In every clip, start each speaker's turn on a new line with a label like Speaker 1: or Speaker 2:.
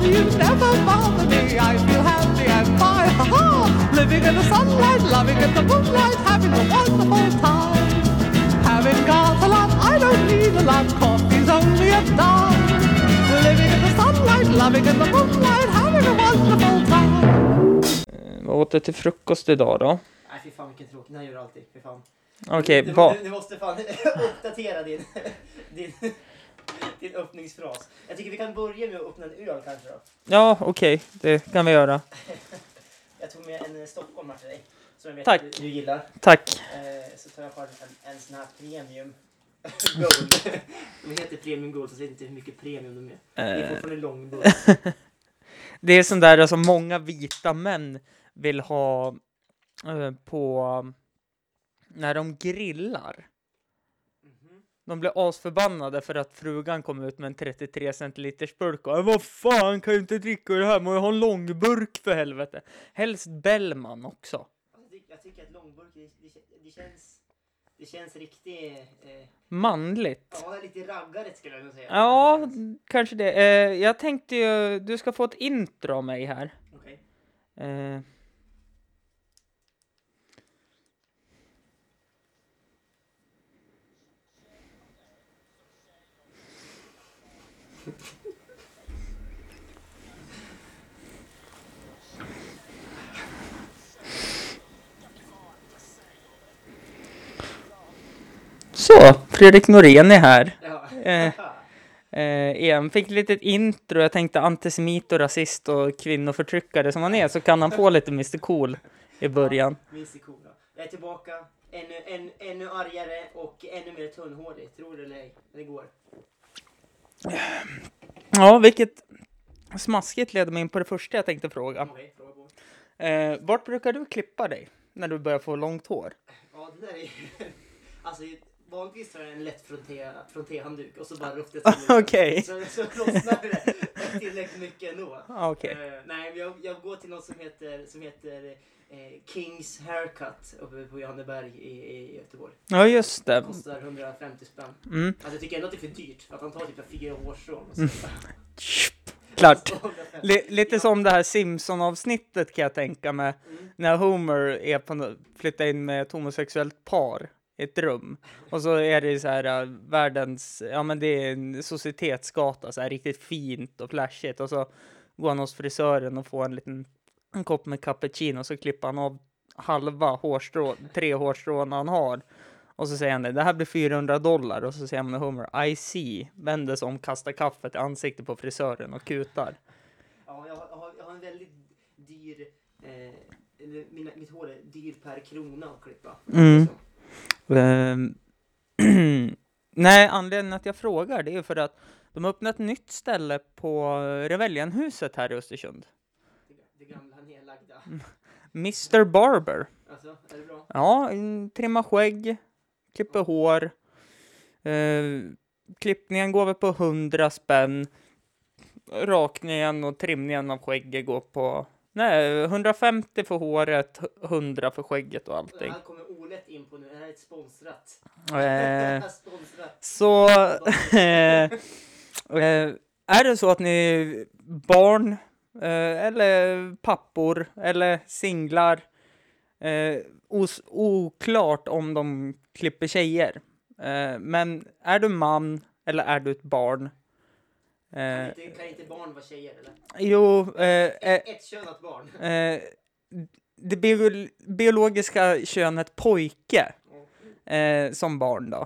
Speaker 1: dreams never bother me. I feel happy and fine. Ha ha! Living in the sunlight, loving in the moonlight, having a wonderful time. Having got a lot, I don't need a lot. Coffee's only a dime. Living in the sunlight, loving in the moonlight, having a wonderful time.
Speaker 2: Vad åt du till frukost idag då?
Speaker 3: Nej fy fan vilken tråkig, den här gör du alltid. Fy fan.
Speaker 2: Okej,
Speaker 3: Du,
Speaker 2: vad?
Speaker 3: du, du måste fan uppdatera din, din, din öppningsfras. Jag tycker vi kan börja med att öppna en öl kanske då.
Speaker 2: Ja, okej, det kan vi göra.
Speaker 3: Jag tog med en eh, Stockholm här till dig. Som jag vet
Speaker 2: Tack.
Speaker 3: att du, du gillar.
Speaker 2: Tack.
Speaker 3: Eh, så tar jag fram en, en sån här premium gold. De heter premium gold så jag vet inte hur mycket premium de är. Det är
Speaker 2: Eh,
Speaker 3: fortfarande lång burk.
Speaker 2: det är sån där som många vita män vill ha eh, på när de grillar.
Speaker 3: Mhm.
Speaker 2: De blir asförbannade för att frugan kom ut med en 33 centiliters burk och "Äh, vad fan kan ju inte dricka ur det här, må jag ha en lång burk för helvete. Helst Bellman också.
Speaker 3: Alltså, jag tycker- Jag tycker att långburk, det, det, det känns... Det känns riktigt... Eh,
Speaker 2: Manligt.
Speaker 3: ja, lite raggarigt skulle jag nog säga.
Speaker 2: Ja,
Speaker 3: Det känns.
Speaker 2: kanske det. Eh, jag tänkte ju, du ska få ett intro av mig här.
Speaker 3: Okej.
Speaker 2: Eh. Så, Fredrik Norén är här. Eh.
Speaker 3: Ja.
Speaker 2: Eh, igen, fick lite intro. Jag tänkte antisemit och rasist och kvinnoförtryckare som han är så kan han få lite Mr Cool i början.
Speaker 3: Minns det coola. Jag är tillbaka, ännu, än, ännu argare och ännu mer tunnhårig. Tror det eller ej, men det går.
Speaker 2: Ja, vilket smaskigt leder mig in på det första jag tänkte fråga.
Speaker 3: Okej, fråga på.
Speaker 2: Eh, vart brukar du klippa dig när du börjar få långt hår?
Speaker 3: Ja, det där är Alltså, vanligtvis har jag en lätt fronté- frontéhandduk och så bara ruftar jag till lite.
Speaker 2: Okej.
Speaker 3: Så, så lossnar det tillräckligt mycket ändå.
Speaker 2: Ah, Okej.
Speaker 3: Eh, nej, men jag, jag går till något som heter, som heter eh, Kings Haircut uppe på Johanneberg i, i Göteborg.
Speaker 2: Ja, just det.
Speaker 3: Kostar 150 spänn.
Speaker 2: Mm.
Speaker 3: Alltså jag tycker ändå att det är för dyrt för att han tar typ fyra hårstrån. och så-
Speaker 2: Klart.
Speaker 3: 150.
Speaker 2: Li- lite som det här Simpson-avsnittet kan jag tänka mig. När Homer är på, nå- flyttar in med ett homosexuellt par i ett rum. Och så är det så här äh, världens, ja men det är en societetsgata så här riktigt fint och flashigt. Och så går han hos frisören och får en liten en kopp med cappuccino och så klipper han av halva hårstrå, tre hårstrån han har. Och så säger han det, det här blir 400 dollar. Och så säger han med Homer, I see. Vänder sig om, kastar kaffet i ansiktet på frisören och kutar.
Speaker 3: Ja, jag har, jag har- jag har en väldigt dyr... Eh, eller mina, mitt hår är dyr per krona att klippa. Alltså,
Speaker 2: Mm.
Speaker 3: Så.
Speaker 2: Ehm, Nej, anledningen att jag frågar det är ju för att de har öppnat ett nytt ställe på Revellianhuset här i Östersund.
Speaker 3: Det, det gamla nedlagda.
Speaker 2: Mm. Mr Barber.
Speaker 3: Alltså, är det bra?
Speaker 2: Ja, mm, trimma skägg, klipper hår. Ehm, klippningen går väl på 100 spänn. Rakningen och trimningen av skägget går på nej, 150 för håret, 100 för skägget och
Speaker 3: Det
Speaker 2: allting.
Speaker 3: här kommer olätt in på nu. Det här är
Speaker 2: Eh.
Speaker 3: ett sponsrat.
Speaker 2: Ehm,
Speaker 3: sponsrat.
Speaker 2: Så eh, eh, är det så att ni barn eh, eller pappor eller singlar eh, os- oklart om de klipper tjejer. Eh, men är du man eller är du ett barn?
Speaker 3: Kan,
Speaker 2: Eh,
Speaker 3: inte, kan inte barn vara tjejer eller?
Speaker 2: jo, eh, eh,
Speaker 3: Ett könat barn.
Speaker 2: eh, det bio- biologiska könet pojke
Speaker 3: Ja.
Speaker 2: eh, som barn då.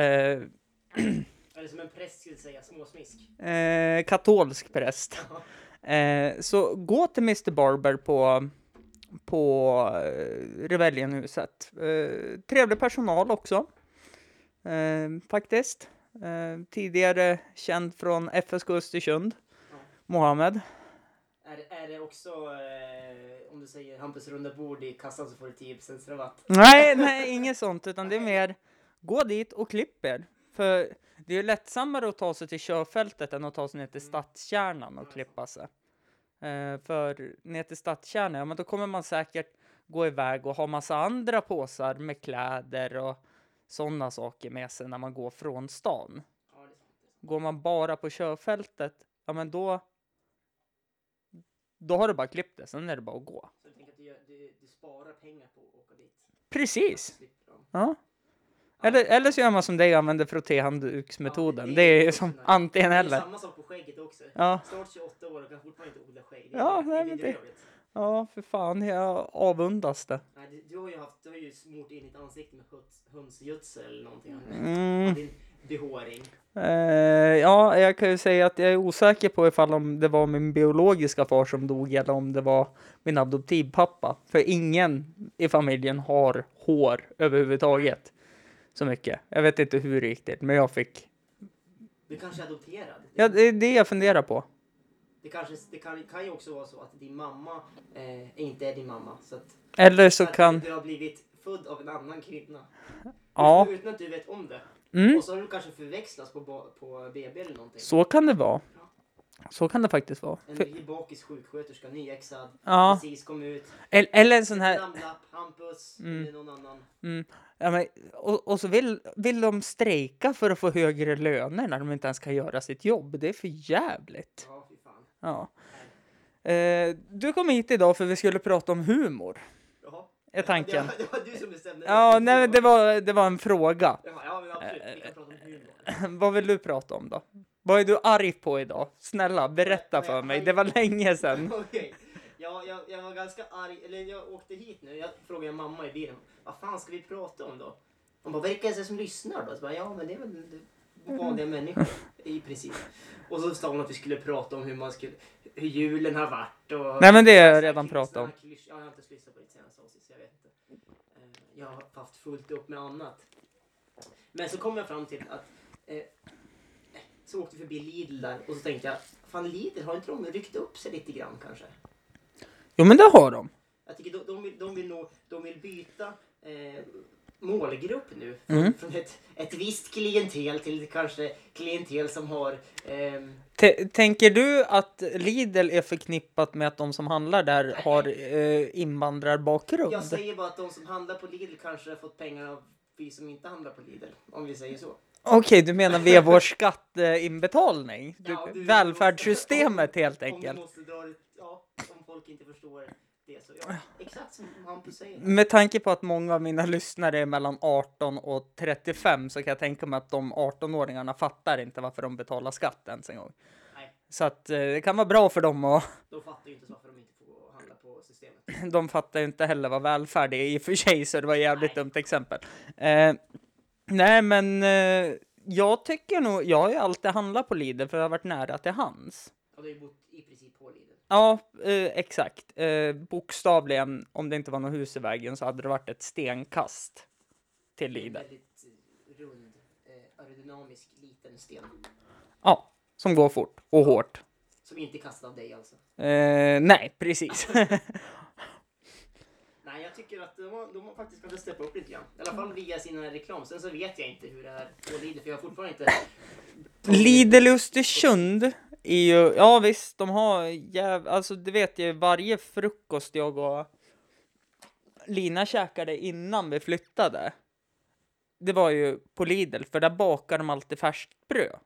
Speaker 2: Eh,
Speaker 3: Eller som en präst skulle säga, småsmisk.
Speaker 2: eh, katolsk präst. Eh, så gå till Mr Barber på, på eh, Revellianhuset. Eh, trevlig personal också, eh, faktiskt. Eh, tidigare känd från FSK Östersund,
Speaker 3: Ja.
Speaker 2: Mohammed.
Speaker 3: Är, är det också, eh, om du säger Hampus runda bord i kassan så får du 10% rabatt.
Speaker 2: Nej, nej, inget sånt, utan det är mer gå dit och klipp er. För det är ju lättsammare att ta sig till körfältet än att ta sig ner till stadskärnan och klippa sig. Eh, för ner till stadskärnan, ja men då kommer man säkert gå iväg och ha massa andra påsar med kläder och sådana saker med sig när man går från stan.
Speaker 3: Ja, det är sant.
Speaker 2: Går man bara på körfältet, ja men då Då har du bara klippt det, sen är det bara att gå.
Speaker 3: Så du tänker att du, gör, du, du sparar pengar på att åka dit?
Speaker 2: Precis!
Speaker 3: Slipper dem.
Speaker 2: Ja. Eller, eller så gör man som dig och använder frottéhandduksmetoden.
Speaker 3: Ja,
Speaker 2: det är ju
Speaker 3: också
Speaker 2: som
Speaker 3: nice.
Speaker 2: antingen
Speaker 3: Det är ju
Speaker 2: eller.
Speaker 3: samma sak på skägget också.
Speaker 2: Ja.
Speaker 3: Snart 28 år och kan fortfarande inte odla skägg.
Speaker 2: Ja,
Speaker 3: det,
Speaker 2: nej,
Speaker 3: är
Speaker 2: men det-
Speaker 3: bedrövligt.
Speaker 2: Ja, för fan, jag avundas det.
Speaker 3: Nej, du, du har ju haft, du har ju smort in ditt ansikte med höns, hönsgödsel eller någonting.
Speaker 2: Mm.
Speaker 3: Din behåring.
Speaker 2: Eh, ja, jag kan ju säga att jag är osäker på ifall om det var min biologiska far som dog eller om det var min adoptivpappa. För ingen i familjen har hår överhuvudtaget. Så mycket. Jag vet inte hur riktigt, men jag fick.
Speaker 3: Du kanske är adopterad.
Speaker 2: Ja, det är det jag funderar på.
Speaker 3: Det, kanske, det kan, kan ju också vara så att din mamma eh, inte är din mamma. Så att,
Speaker 2: Eller så
Speaker 3: att
Speaker 2: kan...
Speaker 3: du har blivit född av en annan kvinna.
Speaker 2: Ja,
Speaker 3: Utan- Utan att du vet om det.
Speaker 2: mm,
Speaker 3: Och så har du kanske förväxlats på, ba- på BB eller någonting.
Speaker 2: så kan det vara. Så kan det faktiskt vara.
Speaker 3: En
Speaker 2: För,
Speaker 3: bakis sjuksköterska, nyexad,
Speaker 2: Ja.
Speaker 3: precis kom ut.
Speaker 2: el- eller en sån här...
Speaker 3: Namnlapp, Hampus eller någon annan.
Speaker 2: Mm. Ja, men, och, och så vill, vill de strejka för att få högre löner när de inte ens kan göra sitt jobb. Det är för jävligt.
Speaker 3: Ja, fy fan.
Speaker 2: Ja. Eh, du kom hit idag för vi skulle prata om humor,
Speaker 3: Jaha.
Speaker 2: är tanken.
Speaker 3: Det var, det var du som bestämde.
Speaker 2: Ja, nej, men det, var, det var en fråga.
Speaker 3: Jaha, ja, men absolut. Vi kan prata om humor.
Speaker 2: Vad vill du prata om då? Vad är du arg på idag? Snälla, berätta
Speaker 3: Vad jag är
Speaker 2: för mig.
Speaker 3: arg
Speaker 2: Det var
Speaker 3: på?
Speaker 2: länge sedan.
Speaker 3: Okej. Ja, jag, jag var ganska arg, eller jag åkte hit nu, jag frågade mamma i bilen, vad fan ska vi prata om då? Hon bara, vilka är det som lyssnar då? Så bara, ja men det är väl det- Mm-hmm. vanliga människor i princip. Och så sa hon att vi skulle prata om hur man skulle, hur julen har varit och...
Speaker 2: Nej, men det har jag
Speaker 3: Såna här
Speaker 2: redan
Speaker 3: klysch-
Speaker 2: pratat
Speaker 3: såna
Speaker 2: om.
Speaker 3: här klysch- Ja, jag har inte lyssnat på ditt senaste avsnitt så jag vet inte. Eh, Jag har haft fullt upp med annat. Men så kom jag fram till att eh, så åkte vi förbi Lidl där och så tänkte jag, fan Lidl, har inte de ryckt upp sig lite grann kanske?
Speaker 2: Jo, men det har de.
Speaker 3: Jag tycker de, de, vill, de, vill, nå, de vill byta eh, målgrupp nu.
Speaker 2: Mm.
Speaker 3: Från ett, ett visst klientel till kanske klientel som har... ehm,
Speaker 2: T- tänker du att Lidl är förknippat med att de som handlar där har eh, invandrarbakgrund?
Speaker 3: jag säger bara att de som handlar på Lidl kanske har fått pengar av vi som inte handlar på Lidl. Om vi säger så.
Speaker 2: Okej, du menar via vår skatteinbetalning? Du,
Speaker 3: Ja, du-
Speaker 2: välfärdssystemet helt
Speaker 3: Om du
Speaker 2: enkelt.
Speaker 3: måste dra det, ja, om folk inte förstår det så ja. Exakt som Hampus säger.
Speaker 2: Med tanke på att många av mina lyssnare är mellan 18 och 35 så kan jag tänka mig att de 18-åringarna fattar inte varför de betalar skatt ens en gång.
Speaker 3: Nej,
Speaker 2: Så att eh, det kan vara bra för dem och
Speaker 3: de fattar ju inte varför de inte får gå och handla på systemet.
Speaker 2: de fattar ju inte heller vad välfärd är i och för sig så det var ett jävligt
Speaker 3: Nej.
Speaker 2: dumt exempel. Eh, nej men eh, jag tycker nog, jag har ju alltid handlat på Lidl för jag har varit nära till hans.
Speaker 3: Och du har ju bott i princip på Lidl.
Speaker 2: Ja, eh, exakt. Eh, bokstavligen, om det inte var något hus i vägen så hade det varit ett stenkast till Lidl.
Speaker 3: Väldigt eh, rund, eh, aerodynamisk liten sten.
Speaker 2: Ja, som går fort och hårt.
Speaker 3: Som inte är kastad av dig alltså.
Speaker 2: Eh, nej, precis.
Speaker 3: Nej, jag tycker att de, har- de har faktiskt kunnat steppa upp lite grann. I alla fall via sina reklam. Sen så vet jag inte hur det är på Lidl, för jag har fortfarande inte...
Speaker 2: Lidl i Östersund är ju, ja visst, de har jäv... Alltså det vet jag ju, varje frukost jag och Lina käkade innan vi flyttade. Det var ju på Lidl, för där bakar de alltid färskt bröd.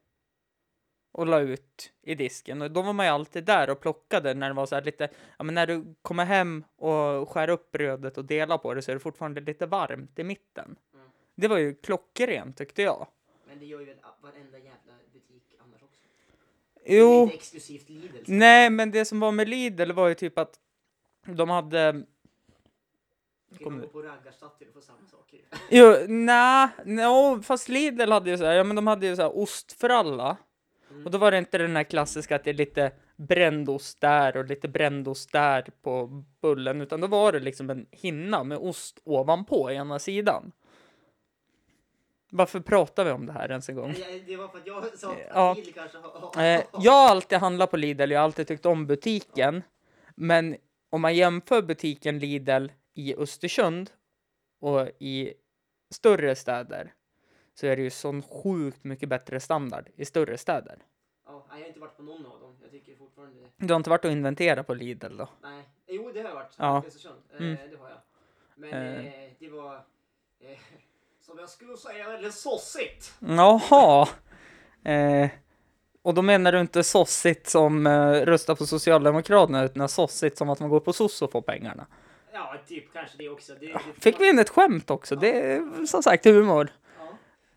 Speaker 2: Och la ut i disken. Och då var man ju alltid där och plockade när det var så här lite, ja men när du kommer hem och skär upp brödet och delar på det så är det fortfarande lite varmt i mitten.
Speaker 3: Mm.
Speaker 2: Det var ju klockrent tyckte jag.
Speaker 3: Men det gör ju väl varenda jävla butik annars också. Det är
Speaker 2: Jo. Mm.
Speaker 3: inte exklusivt Lidl.
Speaker 2: Nej, men det som var med Lidl var ju typ att de hade...
Speaker 3: Du kan
Speaker 2: kom
Speaker 3: ju
Speaker 2: nu.
Speaker 3: gå på raggarstatyer och få samma saker.
Speaker 2: Jo, nej, no, fast Lidl hade ju så här, ja men de hade ju så här ostfralla. Och då var det inte den här klassiska att det är lite brändost där och lite brändost där på bullen, utan då var det liksom en hinna med ost ovanpå i ena sidan. Varför pratar vi om det här ens en gång?
Speaker 3: Nej, Det var för att jag sa att
Speaker 2: Ja.
Speaker 3: Lidl kanske har...
Speaker 2: Eh, jag har alltid handlat på Lidl, jag har alltid tyckt om butiken. Men om man jämför butiken Lidl i Östersund och i större städer så är det ju sån sjukt mycket bättre standard i större städer.
Speaker 3: Ja, nej, jag har inte varit på någon av dem. Jag tycker fortfarande...
Speaker 2: Du har inte varit och inventera på Lidl då?
Speaker 3: Nej, jo det har jag varit.
Speaker 2: Ja.
Speaker 3: Ja. Östersund.
Speaker 2: Mm.
Speaker 3: Eh, det har jag. Men
Speaker 2: Eh.
Speaker 3: eh, det var, eh, som jag skulle säga, väldigt sossigt.
Speaker 2: Jaha. Eh, Och då menar du inte sossigt som eh, röstar på Socialdemokraterna utan sossigt som att man går på soss och får pengarna.
Speaker 3: Ja, typ kanske det också. Det, det
Speaker 2: Fick vi in ett skämt också? Det är som sagt humor.
Speaker 3: Ja.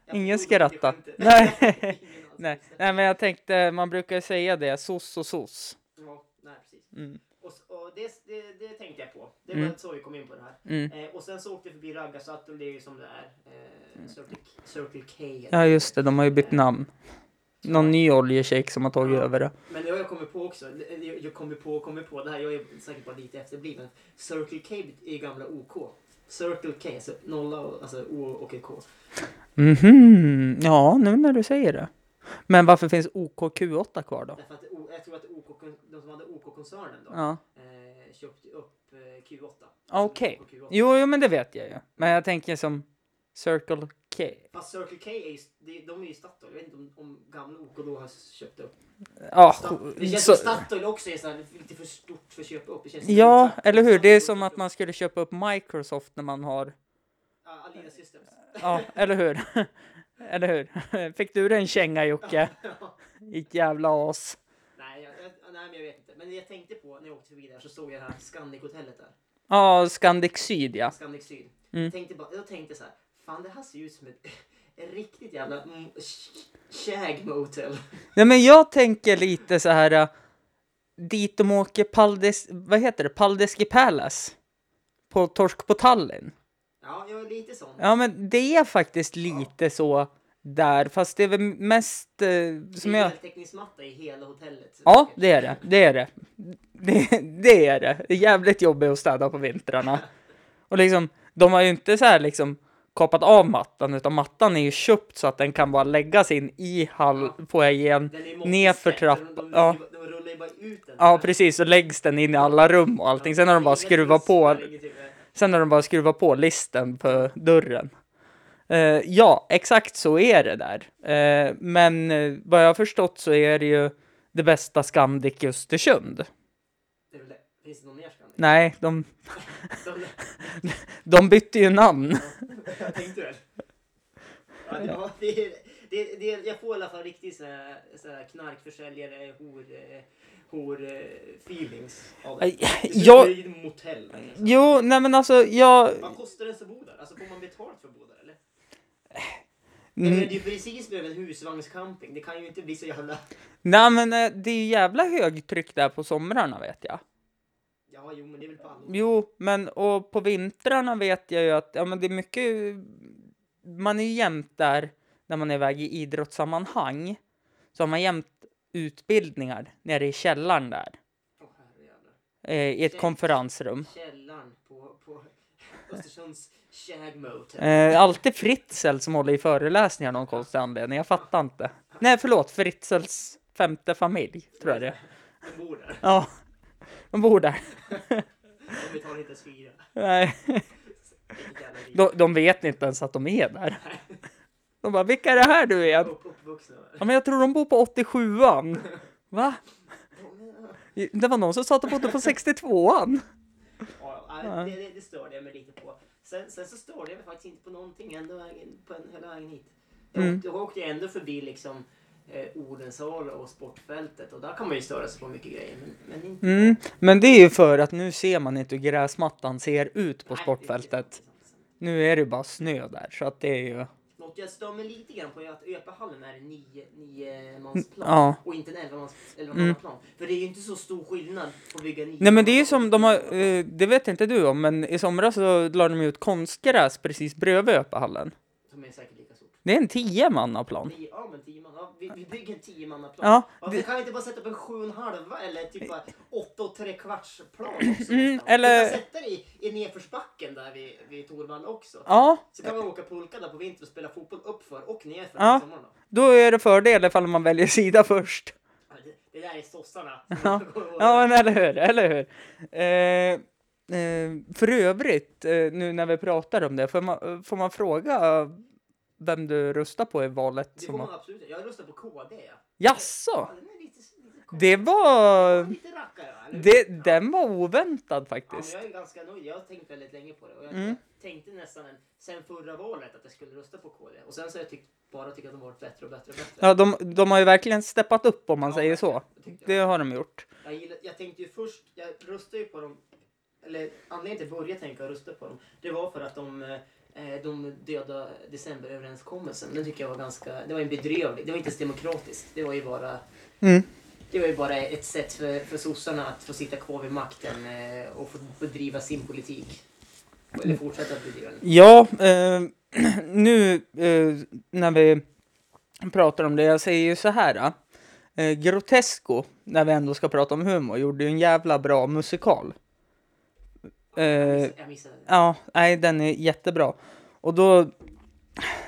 Speaker 3: Jag
Speaker 2: Ingen
Speaker 3: förstod typ inte
Speaker 2: skratta.
Speaker 3: skämtet.
Speaker 2: Nej.
Speaker 3: Ingen alls.
Speaker 2: Nej. Nej, men jag tänkte, man brukar ju säga det, soss och soss.
Speaker 3: Ja, nej, precis.
Speaker 2: Mm.
Speaker 3: Och, s- och det, det, det tänkte jag på. Det var
Speaker 2: Mm.
Speaker 3: så vi kom in på det här.
Speaker 2: Mm.
Speaker 3: Eh, och sen så åkte jag förbi Raggarsatton, det är ju som det är. Eh,
Speaker 2: Mm.
Speaker 3: Circle, Circle K. eller-
Speaker 2: Ja, just det, de har ju bytt namn. Någon ny oljeshejk som har tagit över det.
Speaker 3: Men det har jag kommit på också. Det- Jag, jag kommer på och kommer på det här. Jag är säkert bara lite efterbliven. Circle K är ju gamla OK. Circle K, alltså nolla och, alltså O och ett K.
Speaker 2: Mhm, ja, nu när du säger det. Men varför finns OKQ8 kvar då?
Speaker 3: Därför att O- jag tror att OK, de som hade OK-koncernen då
Speaker 2: Ja,
Speaker 3: eh, köpte upp eh, Q8.
Speaker 2: okej.
Speaker 3: Alltså, OK Q8.
Speaker 2: Jo, jo, men det vet jag ju. Men jag tänker som Circle K.
Speaker 3: Fast Circle K är ju, de, de är ju Statoil. Jag vet inte om, om gamla OK då har köpt upp.
Speaker 2: Ja,
Speaker 3: Sta- Det känns
Speaker 2: Ah, så,
Speaker 3: som Statoil också är så här, lite för stort för att köpa upp. Det känns
Speaker 2: ja,
Speaker 3: exakt-
Speaker 2: eller hur? Det är
Speaker 3: exakt-
Speaker 2: som att man skulle köpa upp Microsoft när man har...
Speaker 3: Ja, Alina Systems.
Speaker 2: Ja, eller hur? Eller hur? Fick du dig en känga Jocke? Ditt jävla as.
Speaker 3: Nej, jag, jag, nej, men jag vet inte. Men jag tänkte på när jag åkte förbi där så såg jag det här Scandic-hotellet där.
Speaker 2: Ja, Scandic Syd ja.
Speaker 3: Scandic Syd.
Speaker 2: Mm.
Speaker 3: Jag, tänkte bara, jag tänkte så här, fan det här ser ju ut som ett, ett riktigt jävla mm, sh- shag motel.
Speaker 2: Nej men jag tänker lite så här. äh, Dit de åker Paldes... Vad heter det? Paldeski Palace. På Torsk på Tallinn.
Speaker 3: Ja, jag är lite sån.
Speaker 2: Ja men det är faktiskt lite så där. Fast det är väl mest eh, som jag...
Speaker 3: Heltäckningsmatta i hela hotellet.
Speaker 2: Ja, det är det. Det är det. Det, det är det. Det är jävligt jobbigt att städa på vintrarna. Och liksom, de har ju inte så här liksom kapat av mattan, utan mattan är ju köpt så att den kan bara läggas in i hall foajén,
Speaker 3: Den är ju
Speaker 2: ner för
Speaker 3: måttbestämd, så
Speaker 2: trappan.
Speaker 3: De, de,
Speaker 2: Ja.
Speaker 3: de, rullar ju bara ut den.
Speaker 2: ja, precis. Så läggs den in i alla rum och allting. Sen har de bara skruvat på,
Speaker 3: typ.
Speaker 2: sen har de bara skruvat på listen på dörren. Eh, ja, exakt så är det där. Eh, men eh, vad jag har förstått så är det ju det bästa Scandic i Östersund.
Speaker 3: Det är väl det. Finns det någon mer Scandic?
Speaker 2: Nej, de,
Speaker 3: De-
Speaker 2: de bytte ju namn.
Speaker 3: Jag tänkte väl. Ja, det, ja, det, det, det, jag får i alla fall riktigt så här, så här knarkförsäljare, hor, eh, hor eh, feelings av det.
Speaker 2: Aj,
Speaker 3: Det
Speaker 2: jag-
Speaker 3: är ju ett motell. liksom.
Speaker 2: Jo, nej men alltså jag...
Speaker 3: Vad kostar det ens att bo där? Alltså får man betalt för att bo där eller? Jag menar,
Speaker 2: Mm,
Speaker 3: det är ju precis bredvid en husvagnscamping. Det kan ju inte bli så jävla...
Speaker 2: nej men eh, det är ju jävla högtryck där på somrarna vet jag.
Speaker 3: Ja, jo, men det är väl på alla.
Speaker 2: Jo, men och på vintrarna vet jag ju att ja, men det är mycket... Man är ju jämt där när man är iväg i idrottssammanhang. Så har man jämt utbildningar nere i källaren där.
Speaker 3: Åh, herrejävlar.
Speaker 2: eh, I ett konferensrum.
Speaker 3: Källaren på, på Östersunds shag motel.
Speaker 2: Eh, alltid Fritzl som håller i föreläsningar av någon konstig anledning. Jag fattar inte. Nej, förlåt. Fritzls femte familj, tror jag det är.
Speaker 3: De bor där.
Speaker 2: Ja, de bor där.
Speaker 3: De betalar inte ens hyra.
Speaker 2: Nej,
Speaker 3: Vilket jävla liv.
Speaker 2: de, de vet inte ens att de är där. De bara, vilka är det här du är?
Speaker 3: Upp, uppvuxna.
Speaker 2: Ja, men jag tror de bor på 87an. Va? Det var någon som sa att de bodde på 62an.
Speaker 3: Ja, ja, det, det, det störde jag mig lite på. Sen, sen så störde jag mig faktiskt inte på någonting ända vägen, på en, hela vägen hit. Jag,
Speaker 2: Mm.
Speaker 3: åkte, jag åkte ändå förbi liksom eh, Odensala och sportfältet och där kan man ju störa sig på mycket grejer. Men, men inte,
Speaker 2: Mm, men det är ju för att nu ser man inte hur gräsmattan ser ut på
Speaker 3: Nej,
Speaker 2: sportfältet.
Speaker 3: det är sant.
Speaker 2: Nu är det bara snö där, så att det är ju...
Speaker 3: Något jag stör mig lite grann på är att Öpahallen är en nio, nio mansplan
Speaker 2: ja.
Speaker 3: och inte en elvamans- elvamannaplan. För det är ju inte så stor skillnad på att bygga nio
Speaker 2: Mm. Nej men det är ju som de har, eh, det vet inte du om, men i somras så la de ut konstgräs precis bredvid Öpahallen.
Speaker 3: Som är säkert lika stort.
Speaker 2: Det är en 10 mannaplan.
Speaker 3: Tio- Ja men tio man, ja, vi, vi bygger en tiomannaplan.
Speaker 2: Ja,
Speaker 3: Varför
Speaker 2: det-
Speaker 3: kan vi inte bara sätta upp en sju och en halva eller typ bara åtta och tre kvarts plan också? någonstans?
Speaker 2: Mm, eller-
Speaker 3: Vi kan sätta det i, i nedförsbacken där vid, vid Torvalla också.
Speaker 2: Ja,
Speaker 3: Så kan man åka pulka där på vintern och spela fotboll uppför och nerför
Speaker 2: Ja.
Speaker 3: på sommaren. då.
Speaker 2: då är det fördel ifall man väljer sida först.
Speaker 3: Ja, Det, det där är sossarna.
Speaker 2: Ja. Ja, men eller hur, eller hur. Eh, eh, för övrigt, eh, nu när vi pratar om det, får man, får man fråga vem du röstar på i valet?
Speaker 3: Det
Speaker 2: Som
Speaker 3: får man
Speaker 2: man...
Speaker 3: absolut Jag röstar på KD. Ja.
Speaker 2: Jaså?
Speaker 3: Ja, den är lite, lite, konstig.
Speaker 2: Det var...
Speaker 3: Lite rackare. va, eller?
Speaker 2: Det, den var oväntad
Speaker 3: Ja, men
Speaker 2: faktiskt.
Speaker 3: jag är ganska nöjd. Jag har tänkt väldigt länge på det. Och jag
Speaker 2: Mm.
Speaker 3: tänkte nästan en, sen förra valet att jag skulle rösta på KD. Och sen så har jag tyckt bara tycka att de varit bättre och bättre och bättre.
Speaker 2: Ja, de, de har ju verkligen steppat upp om man
Speaker 3: Ja,
Speaker 2: säger så.
Speaker 3: verkligen. Det tyckte
Speaker 2: Det
Speaker 3: jag.
Speaker 2: har de gjort.
Speaker 3: Jag, gillar, jag tänkte ju först, jag röstade ju på dem, eller anledningen till att jag började tänka och rösta på dem, det var för att de, eh, de döda decemberöverenskommelsen, den tycker jag var ganska, det var en bedrövlig, det var inte ens demokratiskt, det var ju bara
Speaker 2: Mm.
Speaker 3: det var ju bara ett sätt för, för sossarna att få sitta kvar vid makten eh, och få bedriva sin politik. Eller fortsätta att bedriva den.
Speaker 2: Ja, eh, nu eh, när vi pratar om det, jag säger ju så här. Eh, Grotesco, när vi ändå ska prata om humor, gjorde ju en jävla bra musikal.
Speaker 3: Jag
Speaker 2: Eh,
Speaker 3: miss- Jag missade det.
Speaker 2: Ja, nej, den är jättebra. Och då,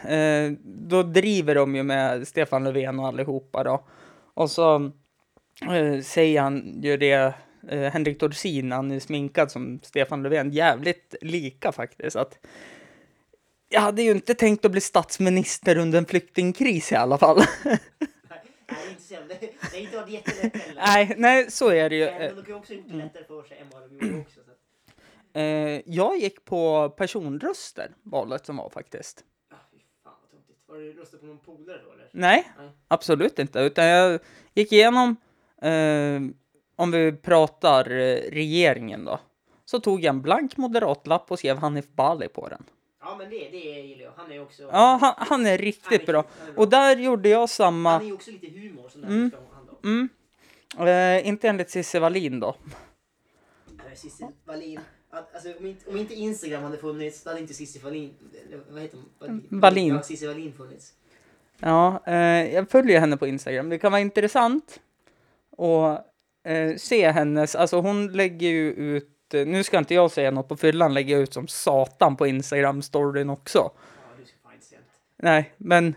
Speaker 2: eh, då driver de ju med Stefan Löfven och allihopa då. Och så eh, säger han ju det, eh, Henrik Dorsin, han är sminkad som Stefan Löfven, jävligt lika faktiskt. Att jag hade ju inte tänkt att bli statsminister under en flyktingkris i alla fall.
Speaker 3: Nej, det är inte så jävla- det har inte varit jättelätt heller.
Speaker 2: nej, Mm. nej, så är det ju.
Speaker 3: Men de kan ju också gjort det lättare för sig än vad de gjorde också. Så. att-
Speaker 2: Eh, jag gick på personröster, valet som var faktiskt.
Speaker 3: Ah, fy fan vad töntigt. Var du röstat på någon polare då eller?
Speaker 2: Nej,
Speaker 3: Nej.
Speaker 2: Absolut inte, utan jag gick igenom, eh, om vi pratar eh, regeringen då, så tog jag en blank moderatlapp och skrev Hanif Bali på den.
Speaker 3: Ja men det, det gillar jag. Han är ju också...
Speaker 2: Ja, han, han är
Speaker 3: han är
Speaker 2: riktigt
Speaker 3: kul,
Speaker 2: bra.
Speaker 3: han är bra.
Speaker 2: Och där gjorde jag
Speaker 3: Han
Speaker 2: samma,
Speaker 3: är ju också lite humor som
Speaker 2: Mm.
Speaker 3: mm. han då.
Speaker 2: mm, eh, inte enligt Cissi Wallin då.
Speaker 3: Äh, Cissi Wallin. Han- Alltså, om, inte, om inte Instagram hade funnits då hade inte Cissi Wallin... eller Vad heter hon?
Speaker 2: Mm, Wallin.
Speaker 3: Ja, Cissi Wallin funnits.
Speaker 2: Ja, eh, jag följer henne på Instagram. Det kan vara intressant att eh, se hennes, alltså hon lägger ju ut, eh, nu ska inte jag säga något på fyllan, lägger jag ut som satan på Instagram-storyn också.
Speaker 3: Ja, du ska fan inte säga något.
Speaker 2: Nej, men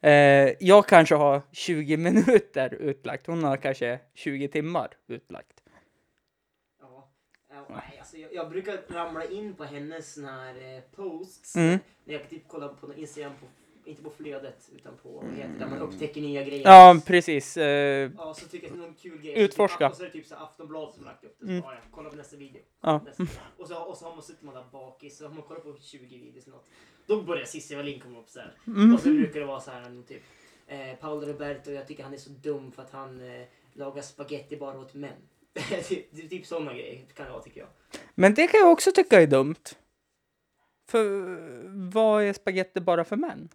Speaker 2: eh, jag kanske har 20 minuter utlagt. Hon har kanske 20 timmar utlagt.
Speaker 3: Ja. Ja,
Speaker 2: Mm.
Speaker 3: nej, alltså, jag, jag brukar ramla in på hennes såna här, eh, posts.
Speaker 2: Mm.
Speaker 3: När jag typ kollar på Instagram, på, inte på flödet utan på vad heter, det, där man upptäcker nya grejer.
Speaker 2: Mm. Ja, precis. Eh,
Speaker 3: Ja, så tycker jag att det är någon kul grej.
Speaker 2: Utforska.
Speaker 3: Och så är det typ så här Aftonbladet som har lagt upp det. Så bara, ja, kolla på nästa video.
Speaker 2: Ja.
Speaker 3: Nästa. Och, så, och så har man suttit man där bakis så har man kollat på 20 videos eller något. Då börjar Cissi Wallin komma upp så här. Och så brukar det vara så här typ. Eh, Paolo Roberto, jag tycker han är så dum för att han eh, lagar spaghetti bara åt män. typ, typ sådana grejer kan det vara tycker jag.
Speaker 2: men det kan jag också tycka är dumt. För vad är spagetti bara för män?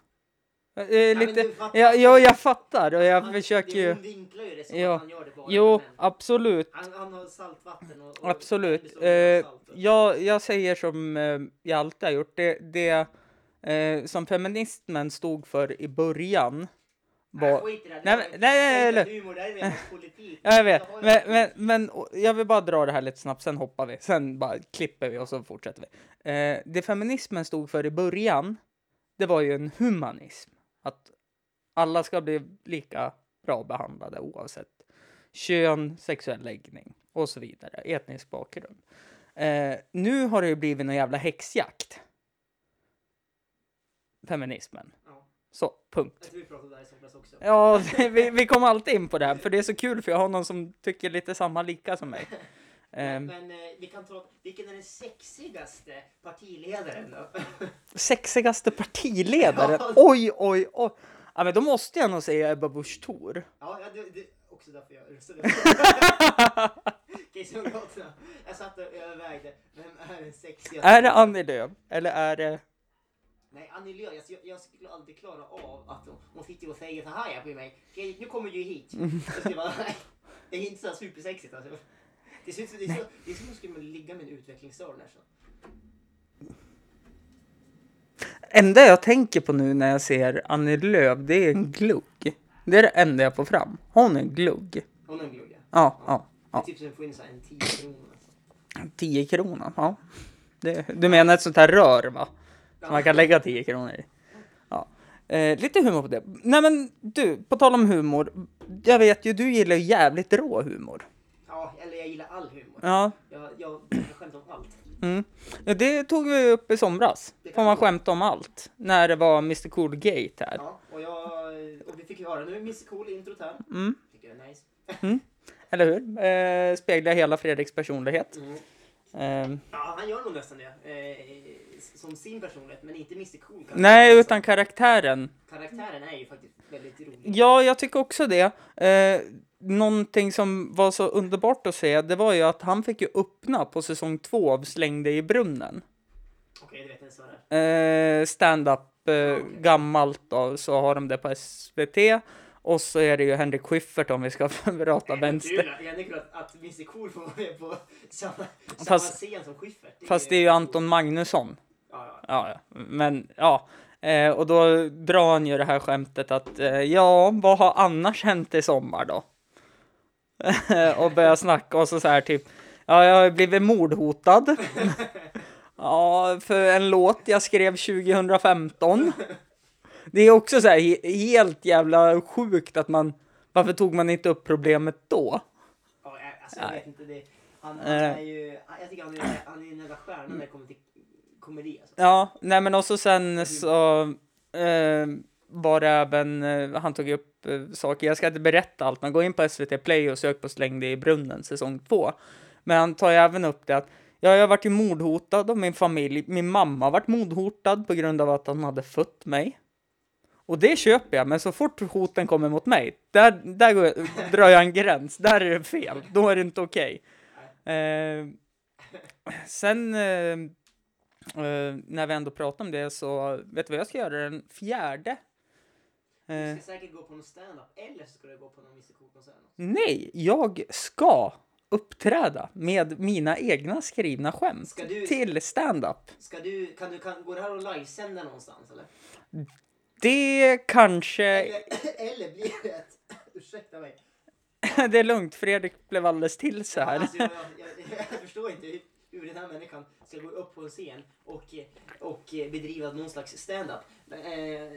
Speaker 2: Eh,
Speaker 3: men
Speaker 2: lite,
Speaker 3: du fattar.
Speaker 2: ja, ja, jag fattar och jag
Speaker 3: Han-
Speaker 2: försöker
Speaker 3: det-
Speaker 2: ju.
Speaker 3: Hon vinklar ju det som
Speaker 2: Ja.
Speaker 3: att han gör det bara
Speaker 2: Jo,
Speaker 3: för män.
Speaker 2: absolut.
Speaker 3: Han, han har saltvatten och... och
Speaker 2: Absolut.
Speaker 3: består av
Speaker 2: Eh,
Speaker 3: salt och-
Speaker 2: jag, jag säger som eh, jag alltid har gjort. Det, det eh, som feminismen stod för i början var...
Speaker 3: Nej, skit i det.
Speaker 2: Nej, men-
Speaker 3: Det är-
Speaker 2: nej,
Speaker 3: det är
Speaker 2: nej,
Speaker 3: inte
Speaker 2: nej.
Speaker 3: humor, det här är mer politik.
Speaker 2: Ja, Jag vet,
Speaker 3: har ju-
Speaker 2: men, men, men och jag vill bara dra det här lite snabbt, sen hoppar vi. Sen bara klipper vi och så fortsätter vi. Eh, det feminismen stod för i början, det var ju en humanism. Att alla ska bli lika bra behandlade oavsett kön, sexuell läggning och så vidare, etnisk bakgrund. Eh, nu har det ju blivit någon jävla häxjakt. Feminismen.
Speaker 3: Ja,
Speaker 2: Så, punkt.
Speaker 3: jag tror vi pratade om det här i somras också.
Speaker 2: Ja, vi, vi kommer alltid in på det här, för det är så kul för jag har någon som tycker lite samma lika som mig. Ehm,
Speaker 3: Men eh, vi kan ta, vilken är den sexigaste partiledaren då?
Speaker 2: sexigaste partiledaren? Oj, oj, oj! Ja, men då måste jag nog säga Ebba Busch Thor.
Speaker 3: ja, ja, det, det också därför jag röstade. Kristdemokraterna. Jag satt och övervägde, vem är den sexigaste?
Speaker 2: Är det Annie Lööf? Eller är det...
Speaker 3: Nej, Annie Lööf, alltså, jag, jag skulle aldrig klara av att hon, hon sitter och säger så här på mig. "Okej, Nu kommer du ju hit.
Speaker 2: Mm.
Speaker 3: Jag skulle bara, nej. Det är inte så här supersexigt alltså. Det ser ut som, det är så, det är som om hon skulle ligga med en utvecklingsstörd nästan.
Speaker 2: enda jag tänker på nu när jag ser Annie Lööf, det är en glugg. Det är det enda jag får fram. Hon är en glugg.
Speaker 3: Hon är en glugga.
Speaker 2: Ja, ja,
Speaker 3: Det
Speaker 2: ja.
Speaker 3: är typ som att få in så här en 10 kronor. Alltså.
Speaker 2: 10 kronor, ja. Det, du menar ett sånt här rör, va? Som man kan lägga 10 kronor i. Ja. Eh, lite humor på det. Nej men du, på tal om humor. Jag vet ju, du gillar ju jävligt rå humor.
Speaker 3: Ja, eller jag gillar all humor.
Speaker 2: Ja.
Speaker 3: Jag, jag, jag skämtar om allt.
Speaker 2: Mm. Ja, det tog vi upp i somras. Får man skämta om allt. När det var Mr Cool-gate här.
Speaker 3: Ja, och, jag, och vi fick ju höra nu Mr Cool introt här.
Speaker 2: Mm.
Speaker 3: Tycker jag är nice.
Speaker 2: Eller hur? Eh, speglar hela Fredriks personlighet.
Speaker 3: Mm.
Speaker 2: Eh,
Speaker 3: Ja, han gör nog nästan det. Eh, precis som sin personlighet, men inte Mr Cool kanske.
Speaker 2: Nej,
Speaker 3: Så
Speaker 2: utan karaktären.
Speaker 3: Karaktären är ju faktiskt väldigt rolig.
Speaker 2: Ja, jag tycker också det. Eh, någonting som var så underbart att se, det var ju att han fick ju öppna på säsong två av Släng dig i brunnen.
Speaker 3: Okej, du vet inte ens vad det är.
Speaker 2: Eh, Stand-up, eh,
Speaker 3: okej.
Speaker 2: gammalt då, så har de det på SVT. Och så är det ju Henrik Schyffert om vi ska prata vänster.
Speaker 3: Kul, jag tycker att, att Mr Cool får vara med på samma, samma
Speaker 2: Fast-
Speaker 3: scen som Schyffert.
Speaker 2: Fast det är ju Anton Magnusson.
Speaker 3: Ja, ja.
Speaker 2: Ja, ja. men ja. Eh, och då drar han ju det här skämtet att eh, ja, vad har annars hänt i sommar då? och börjar snacka och så, så här typ, ja, jag har ju blivit mordhotad. ja, för en låt jag skrev 2015. Det är också så här he- helt jävla sjukt att man, varför tog man inte upp problemet då?
Speaker 3: ja jag- alltså, jag vet inte. Det, han, han
Speaker 2: Eh.
Speaker 3: är ju, jag tycker han är, han är en jävla stjärna när det kommer till komedi. Alltså.
Speaker 2: Ja, nej men också sen så eh, var det även, eh, han tog upp eh, saker, jag ska inte berätta allt, men gå in på SVT Play och sök på Släng dig i brunnen säsong två. Men han tar ju även upp det att ja, jag har varit ju mordhotad av min familj, min mamma har varit mordhotad på grund av att han hade fött mig. Och det köper jag, men så fort hoten kommer mot mig, där, där går jag, drar jag en gräns, där är det fel, då är det inte okej. Eh, sen eh, Eh, när vi ändå pratar om det så, vet du vad jag ska göra den fjärde? Eh,
Speaker 3: Du ska säkert gå på någon stand-up eller så ska du gå på någon Mr Cool-konsert.
Speaker 2: nej, jag ska uppträda med mina egna skrivna skämt
Speaker 3: Ska du-
Speaker 2: till stand-up.
Speaker 3: Ska du, kan du, kan, går det här att livesända någonstans eller?
Speaker 2: Det kanske...
Speaker 3: Eller, eller blir det ett, ursäkta mig.
Speaker 2: det är lugnt, Fredrik blev alldeles till så här.
Speaker 3: Alltså, jag, jag, jag, jag förstår inte hur, hur den här människan ska gå upp på en scen och, eh, och eh, bedriva någon slags stand-up. Men, eh,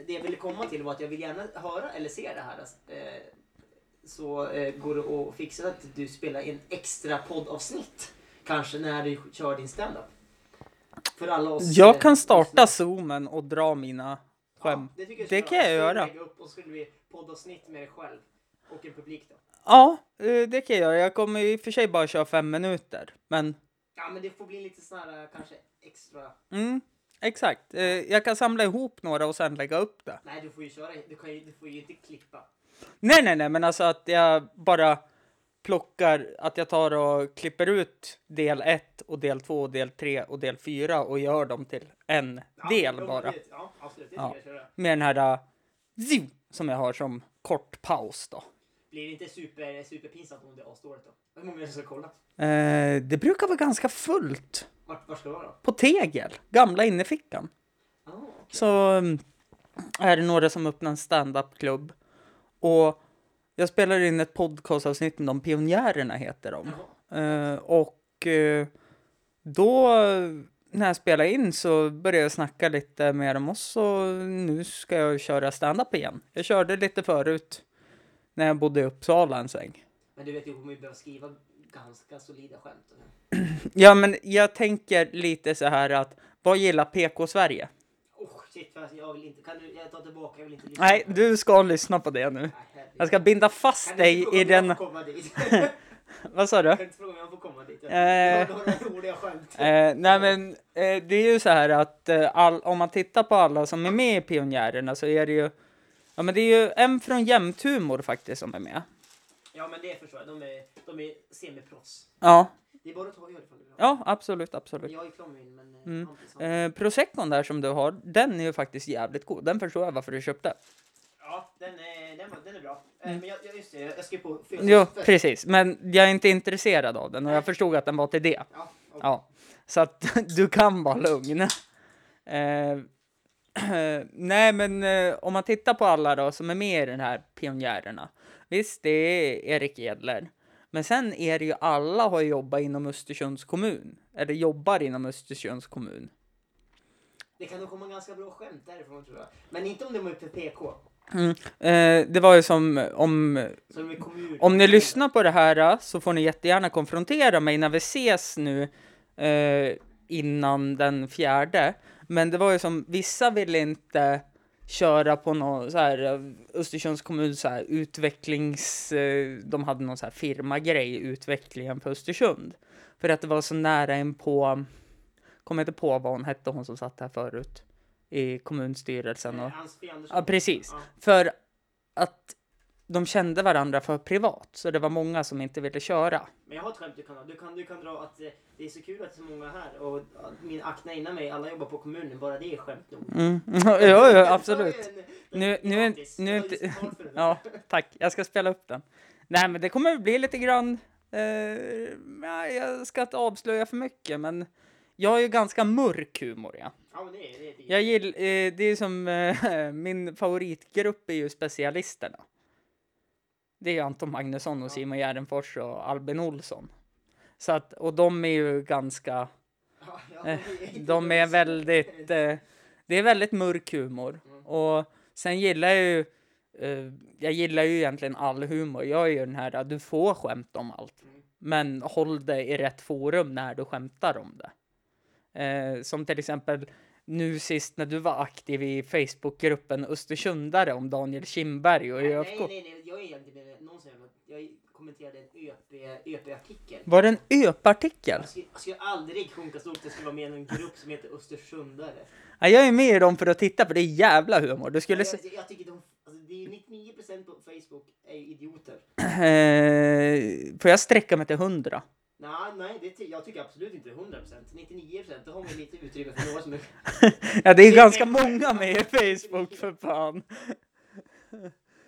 Speaker 3: det jag ville komma till var att jag vill gärna höra eller se det här. alltså. Eh, så eh, går det att fixa att du spelar en extra poddavsnitt kanske när du kör din stand-up. För alla oss. eh,
Speaker 2: Jag kan
Speaker 3: lyssnare.
Speaker 2: starta zoomen och dra mina skämt.
Speaker 3: Ja, det tycker jag,
Speaker 2: Det
Speaker 3: ska
Speaker 2: kan
Speaker 3: göra.
Speaker 2: jag
Speaker 3: Så
Speaker 2: göra.
Speaker 3: Lägga upp och så skulle vi poddavsnitt med dig själv och en publik då.
Speaker 2: Ja, eh, det kan jag göra. Jag kommer i och för sig bara köra fem minuter, men
Speaker 3: Ja men det får bli lite sån här eh, kanske extra.
Speaker 2: mm, exakt. Eh, jag kan samla ihop några och sen lägga upp det.
Speaker 3: Nej du får ju köra, du, kan ju, du får ju inte klippa.
Speaker 2: Nej, nej, nej, men alltså att jag bara plockar, att jag tar och klipper ut del 1 och del 2 och del 3 och del 4 och gör dem till en
Speaker 3: Ja,
Speaker 2: del
Speaker 3: jo,
Speaker 2: bara.
Speaker 3: det- Ja absolut, det
Speaker 2: Ja.
Speaker 3: tycker jag köra.
Speaker 2: Med den här uh, zoom som jag har som kort paus då.
Speaker 3: Blir det inte super, superpinsamt om det är asdåligt då? Hur många är det som ska kolla?
Speaker 2: Eh, det brukar vara ganska fullt
Speaker 3: Vart, vart ska det vara då?
Speaker 2: på tegel, gamla innefickan.
Speaker 3: Ah,
Speaker 2: så mm, är det några som öppnar en stand-up-klubb. Och jag spelar in ett podcastavsnitt med de pionjärerna heter de. Eh, och eh, då eh, när jag spelade in så började jag snacka lite med dem och så nu ska jag köra stand-up igen. Jag körde lite förut när jag bodde i Uppsala en sväng.
Speaker 3: Men du vet ju hur man behöver skriva ganska solida skämt. eller?
Speaker 2: Ja, men jag tänker lite så här att vad gillar PK-Sverige?
Speaker 3: Oh shit, fast jag vill inte, kan du, jag tar tillbaka, jag vill inte lyssna.
Speaker 2: Nej, du ska lyssna på det nu.
Speaker 3: Nej, herregud.
Speaker 2: Jag ska binda fast
Speaker 3: Kan du inte
Speaker 2: dig i
Speaker 3: fråga om jag
Speaker 2: den...
Speaker 3: får komma dit?
Speaker 2: Vad sa du?
Speaker 3: Kan inte fråga om jag får komma dit? Jag,
Speaker 2: Eh.
Speaker 3: jag har några roliga skämt.
Speaker 2: Eh, nej men eh, det är ju så här att eh, all, om man tittar på alla som är med i Pionjärerna så är det ju Ja men det är ju en från Jämthumor faktiskt som är med.
Speaker 3: Ja men det förstår jag, de är, de är semiproffs.
Speaker 2: Ja,
Speaker 3: Det är bara att ta och göra ifall du vill. ha.
Speaker 2: ja absolut, absolut.
Speaker 3: Jag är klar med min men eh,
Speaker 2: Mm.
Speaker 3: Hampus har-
Speaker 2: Eh, Proseccon där som du har, den är ju faktiskt jävligt god. Den förstår jag varför du köpte.
Speaker 3: Ja den är, den, var- den är bra. Eh,
Speaker 2: Mm.
Speaker 3: Men jag, jag, just det, jag jag ska ju på
Speaker 2: Jo,
Speaker 3: födelsedagsfest.
Speaker 2: precis. Men jag är inte intresserad av den och jag förstod att den var till det.
Speaker 3: Ja, och,
Speaker 2: Ja, så att du kan vara lugn. Eh, nej, men eh, om man tittar på alla då som är med i den här pionjärerna. Visst, det är Erik Edler. Men sen är det ju alla har jobbat inom Östersunds kommun. Eller jobbar inom Östersunds kommun.
Speaker 3: Det kan nog komma ganska bra skämt därifrån tror jag. Men inte om det var uppe i PK.
Speaker 2: Mm. Eh, det var ju som om...
Speaker 3: Så de är kommun.
Speaker 2: Om ni lyssnar på det här eh, så får ni jättegärna konfrontera mig när vi ses nu eh, innan den fjärde. Men det var ju som, vissa ville inte köra på någon så här, eh, Östersunds kommun så här utvecklings, eh, de hade någon så här firmagrej, utvecklingen på Östersund. För att det var så nära in på Kommer inte på vad hon hette, hon som satt här förut. I kommunstyrelsen och...
Speaker 3: Ann-Sofie Andersson.
Speaker 2: Ja, precis.
Speaker 3: Ja.
Speaker 2: För att de kände varandra för privat, så det var många som inte ville köra.
Speaker 3: Men jag har ett skämt du kan dra. Du kan, du kan dra att eh, det är så kul att så många är här och att min akna innan mig, alla jobbar på kommunen. Bara det är skämt nog.
Speaker 2: Mm. Ja, ja, absolut. Nu,
Speaker 3: är
Speaker 2: nu, är- nu är inte... Ja, tack. Jag ska spela upp den. Nej, men det kommer bli lite grann... Eh, ja, jag ska inte avslöja för mycket, men jag är ju ganska mörk humor. Ja.
Speaker 3: Ja, men det är det. Är, det.
Speaker 2: Jag gill, eh, det är som eh, min favoritgrupp är ju specialisterna. Det är ju Anton Magnusson och Simon Gärdenfors och Albin Olsson. Så att, och de är ju ganska...
Speaker 3: Ja, ja,
Speaker 2: Eh,
Speaker 3: det är-
Speaker 2: De är väldigt... Eh, det är väldigt mörk humor. Och sen gillar jag ju... Eh, jag gillar ju egentligen all humor. Jag är ju den här, du får skämta om allt. Men håll det i rätt forum när du skämtar om det. Eh, som till exempel nu sist när du var aktiv i Facebookgruppen Östersundare om Daniel Kindberg och
Speaker 3: Nej,
Speaker 2: ÖFK.
Speaker 3: nej, nej, jag är egentligen någon som jävla- jag kommenterade en ÖP ÖP-artikel.
Speaker 2: Var det en ÖP-artikel?
Speaker 3: Jag skulle, jag skulle aldrig sjunka så upp det skulle vara med i en grupp som heter Östersundare.
Speaker 2: Ja, jag är med i dem för att titta för det är jävla humor. Du skulle se...
Speaker 3: Jag, jag, jag tycker de, alltså, det är 99% på Facebook är ju idioter.
Speaker 2: Eh, får jag sträcka mig till 100?
Speaker 3: Nej, nej, det, ty- jag tycker absolut inte 100%. 99% då har man lite utrymme för några som är...
Speaker 2: Ja, det är ganska många med i Facebook för fan.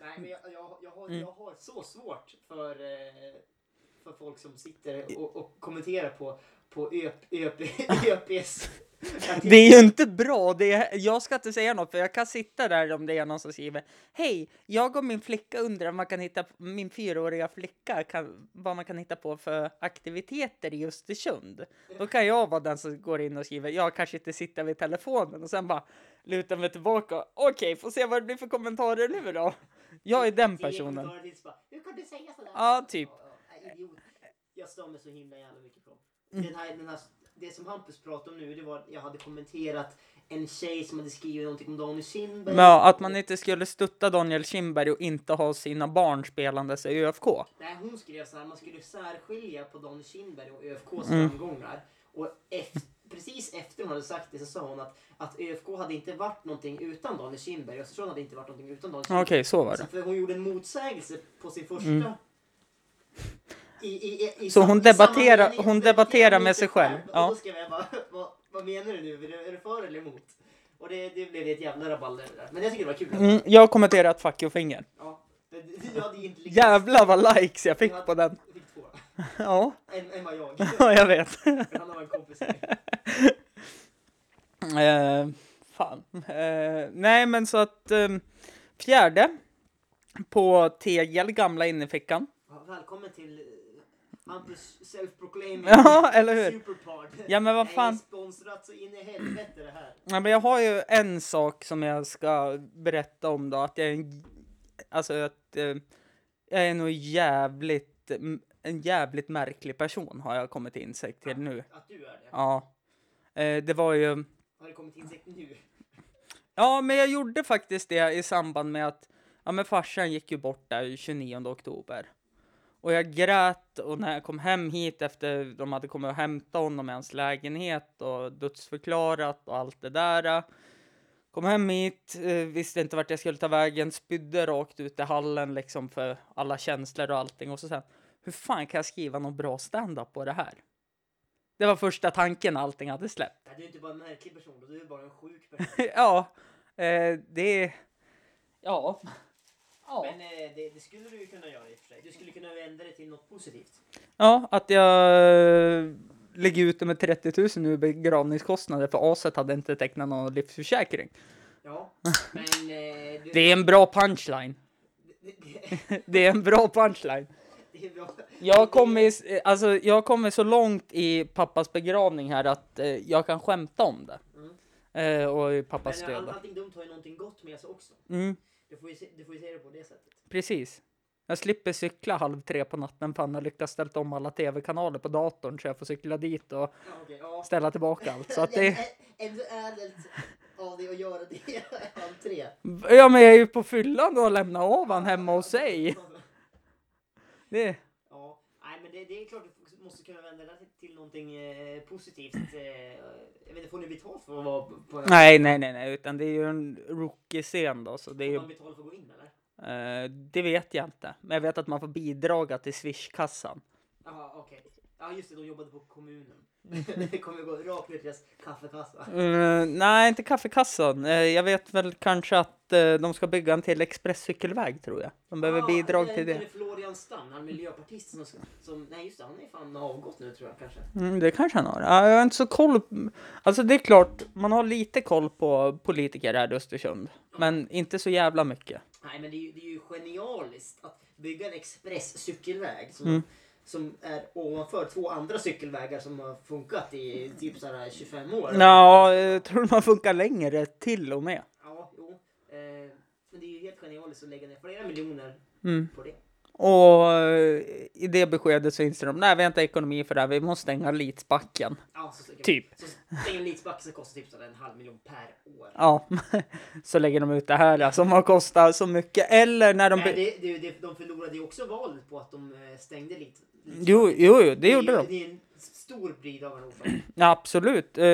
Speaker 3: Nej, men jag, jag, jag, har, jag har så svårt för, eh, för folk som sitter och, och kommenterar på, på ÖP, ÖP, ÖPs...
Speaker 2: Det är ju inte bra. Det är, jag ska inte säga något för jag kan sitta där om det är någon som skriver Hej, jag och min flicka undrar om man kan hitta min fyraåriga flicka kan, vad man kan hitta på för aktiviteter i Östersund. Då kan jag vara den som går in och skriver jag kanske inte sitter vid telefonen och sen bara lutar mig tillbaka. Okej, får se vad det blir för kommentarer nu då. Jag är den
Speaker 3: Tio
Speaker 2: personen.
Speaker 3: kommentarer till, så bara, Hur kan du säga sådär?
Speaker 2: Ja, typ.
Speaker 3: ja, idiot. Jag stör mig så himla jävla mycket på. Den här, den här, det som Hampus pratade om nu, det var att jag hade kommenterat en tjej som hade skrivit någonting om Daniel Kindberg.
Speaker 2: Ja, att man inte skulle stötta Daniel Kindberg och inte ha sina barn spelandes i ÖFK.
Speaker 3: Nej, hon skrev så här, man skulle särskilja på Daniel Kindberg och ÖFKs
Speaker 2: Mm.
Speaker 3: framgångar. Och ef- precis efter hon hade sagt det så sa hon att, att ÖFK hade inte varit någonting utan Daniel Kindberg. Östersund hade inte varit någonting utan Daniel
Speaker 2: Okej,
Speaker 3: Kindberg.
Speaker 2: så var
Speaker 3: Så
Speaker 2: det.
Speaker 3: Alltså, för hon gjorde en motsägelse på sin första... I, i, i, i
Speaker 2: Mm. Så
Speaker 3: sam-
Speaker 2: hon
Speaker 3: i samma
Speaker 2: debatterar-
Speaker 3: mening,
Speaker 2: hon
Speaker 3: så
Speaker 2: debatterar
Speaker 3: debatterar
Speaker 2: med sig själv.
Speaker 3: Och
Speaker 2: Ja.
Speaker 3: då skrev jag bara, vad, vad menar du nu? Är du, är du för eller emot? Och det, det blev ett jävla rabalder det där. Men jag tycker det var kul.
Speaker 2: Mm, jag har kommenterat fuck you-finger.
Speaker 3: Ja, det, det, jag hade inte lyckats.
Speaker 2: Jävlar vad likes jag fick
Speaker 3: Jag
Speaker 2: på
Speaker 3: hade-
Speaker 2: den.
Speaker 3: jag fick två.
Speaker 2: Ja,
Speaker 3: En, en var jag.
Speaker 2: ja, jag vet.
Speaker 3: Han har en kompis. här.
Speaker 2: Eh, fan. Eh, nej, men så att eh, fjärde på Tegel, gamla innefickan.
Speaker 3: Ja, Välkommen till eh, Hampus self-proclaiming.
Speaker 2: Ja, eller hur?
Speaker 3: Superpod.
Speaker 2: Ja, men vad
Speaker 3: Nej,
Speaker 2: fan.
Speaker 3: det är Sponsrat så in i helvete det här.
Speaker 2: Ja, men jag har ju en sak som jag ska berätta om då, att jag är en, alltså att eh, jag är nog jävligt, m- en jävligt märklig person har jag kommit till insikt till nu.
Speaker 3: Att du är det.
Speaker 2: Ja, eh, det var ju,
Speaker 3: Har det kommit insikt nu?
Speaker 2: ja men jag gjorde faktiskt det i samband med att, ja men farsan gick ju bort där 29 oktober. Och jag grät och när jag kom hem hit efter de hade kommit och hämtat honom i hans lägenhet och dödsförklarat och allt det där. äh, Kom hem hit, eh, visste inte vart jag skulle ta vägen, spydde rakt ut i hallen liksom för alla känslor och allting. Och så sen, hur fan kan jag skriva någon bra stand-up på det här? Det var första tanken när allting hade släppt.
Speaker 3: Nej, du är inte bara en märklig person, du är bara en sjuk person.
Speaker 2: ja, eh, det är... Ja. ja.
Speaker 3: Men eh, det, det skulle du ju kunna göra i och för sig. Du skulle kunna vända det till något positivt.
Speaker 2: Ja, att jag eh, lägger ut det med 30 000 nu i begravningskostnader för aset hade inte tecknat någon livsförsäkring.
Speaker 3: Ja, men... Eh, du,
Speaker 2: Det är en bra punchline.
Speaker 3: det, det,
Speaker 2: Det är en bra punchline.
Speaker 3: det är bra.
Speaker 2: Jag kommer alltså, jag kommer så långt i pappas begravning här att eh, jag kan skämta om det. Eh, och i
Speaker 3: Men
Speaker 2: pappas
Speaker 3: all,
Speaker 2: död.
Speaker 3: allting dumt har ju någonting gott med sig också.
Speaker 2: Mm,
Speaker 3: Du får ju se, du får ju se det på det sättet.
Speaker 2: precis. Jag slipper cykla halv tre på natten för han har lyckats ställa om alla tv-kanaler på datorn så jag får cykla dit och
Speaker 3: Ja, okej, ja.
Speaker 2: ställa tillbaka allt. Så Alltså, att det,
Speaker 3: Ändå ädelt av dig att göra det entré.
Speaker 2: ja, men jag är ju på fyllan och lämnar av han hemma hos sig. Det,
Speaker 3: Ja, nej men men det, det är klart du måste kunna vända det där till, till någonting eh, positivt. Eh, jag vet inte, får ni betalt för att vara på- på
Speaker 2: Nej, nej, nej, nej, utan det är ju en rookie-scen då, så det är
Speaker 3: Får
Speaker 2: ju...
Speaker 3: man betalt för att gå in eller?
Speaker 2: eh, det vet jag inte, men jag vet att man får bidraga till Swish-kassan.
Speaker 3: Jaha, okej. Ja, just det, de jobbade på kommunen. det kommer gå rakt ner till deras kaffekassa.
Speaker 2: Eh, nej, inte kaffekassan. Eh, jag vet väl kanske att eh, de ska bygga en till expresscykelväg, tror jag. De behöver
Speaker 3: Ah,
Speaker 2: bidrag
Speaker 3: är
Speaker 2: till
Speaker 3: inte
Speaker 2: det.
Speaker 3: Florian Stam, han miljöpartisten som, som... Nej, just det, han är fan avgått nu tror jag kanske.
Speaker 2: Mm, det kanske han har. Ja, Jag har inte så koll. p- Alltså det är klart, man har lite koll på politiker här i Östersund. Men inte så jävla mycket.
Speaker 3: Nej, men det är, ju- det är ju genialiskt att bygga en expresscykelväg som,
Speaker 2: Mm.
Speaker 3: som är ovanför två andra cykelvägar som har funkat i typ så här 25 år.
Speaker 2: Ja, jag tror man funkar längre till och med.
Speaker 3: Ja, jo. Eh, men det är ju helt genialiskt att lägga ner flera miljoner
Speaker 2: Mm.
Speaker 3: på det.
Speaker 2: Och eh, i det beskedet så inser de, nej vi har inte ekonomi för det här, vi måste stänga Litsbacken.
Speaker 3: Ja, så, så,
Speaker 2: Typ.
Speaker 3: Så, så, en litsbacke så kostar typ så här en halv miljon per år.
Speaker 2: Ja, så lägger de ut det här alltså, som har kostat så mycket. Eller när de...
Speaker 3: Nej,
Speaker 2: by-
Speaker 3: det, det, det, de förlorade ju också valet på att de eh, stängde lite.
Speaker 2: Jo, jo, jo, det gjorde
Speaker 3: är,
Speaker 2: de.
Speaker 3: ju- Det är en stor bryd av en orsak.
Speaker 2: Ja, absolut. Eh,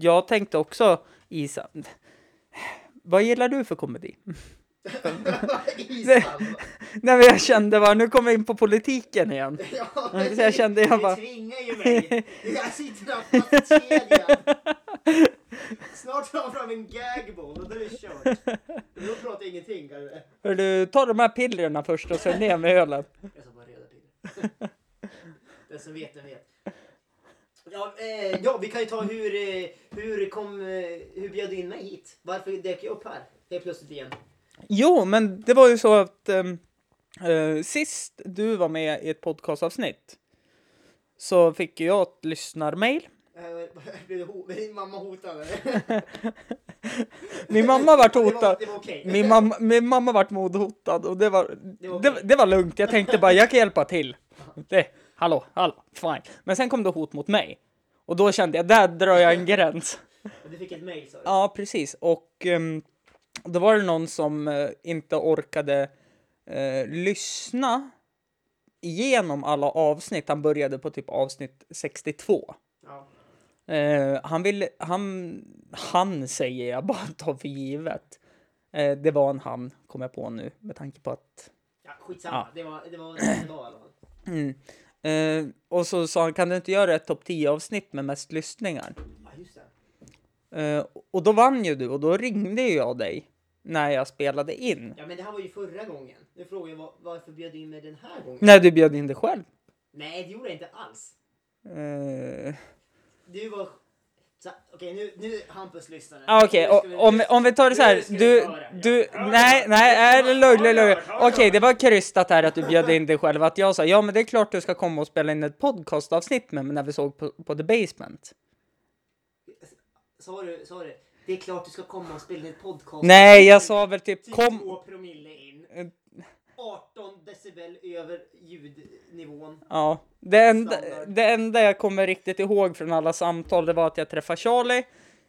Speaker 2: jag tänkte också, Isa, vad gillar du för komedi?
Speaker 3: Island.
Speaker 2: Nej men jag kände bara, nu kommer jag in på politiken igen.
Speaker 3: Ja,
Speaker 2: men så jag kände, jag
Speaker 3: du
Speaker 2: bara-
Speaker 3: tvingar ju mig. Jag sitter där fast i kedjan. Snart tar jag fram en gagball och då är det kört. Då pratar jag ingenting kanske.
Speaker 2: Hör du, ta de här pillerna först och sen ner med ölen.
Speaker 3: Jag sa bara röda piller. Den som vet, den vet. Ja, eh, ja, vi kan ju ta hur, eh, hur kom, eh, hur bjöd du in mig hit? Varför dök jag upp här helt plötsligt igen?
Speaker 2: Jo, men det var ju så att ehm, eh, sist du var med i ett podcastavsnitt så fick ju jag ett lyssnarmail.
Speaker 3: Eh, Blev du ho- blev din mamma hotad eller?
Speaker 2: Min mamma vart
Speaker 3: Det var,
Speaker 2: hotad.
Speaker 3: det var okej.
Speaker 2: Min mamma, min mamma vart modhotad och det var,
Speaker 3: Det var
Speaker 2: det,
Speaker 3: okej.
Speaker 2: det var lugnt. Jag tänkte bara, jag kan hjälpa till. Det, hallå, hallå, fine. Men sen kom det hot mot mig. Och då kände jag, där drar jag en gräns.
Speaker 3: Du fick ett mail sa du?
Speaker 2: Ja, precis. Och ehm, då var det någon som eh, inte orkade eh, lyssna igenom alla avsnitt. Han började på typ avsnitt 62.
Speaker 3: Ja.
Speaker 2: Eh, han ville, han, han säger jag bara tar för givet. Eh, det var en han, kom jag på nu, med tanke på att
Speaker 3: Ja, skitsamma. Det var det var det var i alla fall.
Speaker 2: Mm. Eh, och så sa han, kan du inte göra ett topp 10-avsnitt med mest lyssningar?
Speaker 3: Ja, just det.
Speaker 2: Eh, och då vann ju du och då ringde ju jag dig när jag spelade in.
Speaker 3: Ja, men det här var ju förra gången. Nu frågar jag var, varför bjöd du in mig den här gången?
Speaker 2: När du bjöd in dig själv.
Speaker 3: Nej, det gjorde jag inte alls.
Speaker 2: Eh,
Speaker 3: Du var... så- Okej, nu, nu Hampus lyssnare.
Speaker 2: ah, Okej,
Speaker 3: Nu ska vi-
Speaker 2: o- om, om vi tar det så här.
Speaker 3: Nu ska vi
Speaker 2: Du,
Speaker 3: ta det.
Speaker 2: du,
Speaker 3: Ja.
Speaker 2: nej, nej, är det lugn, lugn, lugn.
Speaker 3: Ja, ja, ja.
Speaker 2: Okej, det var krystat här att du bjöd in dig själv. Att jag sa, ja men det är klart du ska komma och spela in ett podcastavsnitt med mig när vi såg på, på The Basement.
Speaker 3: Sa du, sa du, det är klart du ska komma och spela in ett podcast.
Speaker 2: Nej, jag sa väl typ,
Speaker 3: Typ
Speaker 2: kom, Eh.
Speaker 3: två promille in. 18 decibel över ljudnivån.
Speaker 2: Ja, det enda,
Speaker 3: Standard.
Speaker 2: det enda jag kommer riktigt ihåg från alla samtal det var att jag träffade Charlie,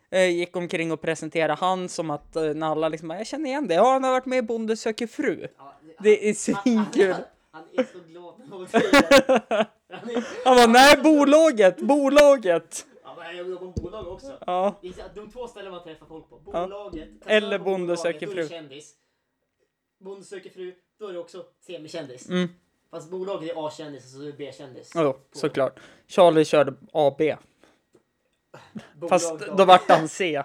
Speaker 2: eh, gick omkring och presenterade han som att eh, när alla liksom bara, jag känner igen det, ja han har varit med i Bonde söker fru.
Speaker 3: Ja,
Speaker 2: Det är
Speaker 3: han- han-
Speaker 2: svinkul.
Speaker 3: Han är så glad när någon säger det. Han är-
Speaker 2: Han bara, nej bolaget, bolaget!
Speaker 3: Ja, men jag jobbar på bolag också.
Speaker 2: Ja,
Speaker 3: Det är så att De två ställen man träffar folk på. Bolaget.
Speaker 2: Eller
Speaker 3: på
Speaker 2: Bonde
Speaker 3: bolaget,
Speaker 2: söker
Speaker 3: då är det
Speaker 2: fru.
Speaker 3: kändis. Bonde söker fru, då är det också semikändis.
Speaker 2: Mm.
Speaker 3: Fast bolaget är A-kändis och så är det B-kändis.
Speaker 2: jo, såklart. Charlie körde AB, fast
Speaker 3: Bolaget
Speaker 2: då
Speaker 3: A.
Speaker 2: vart han C.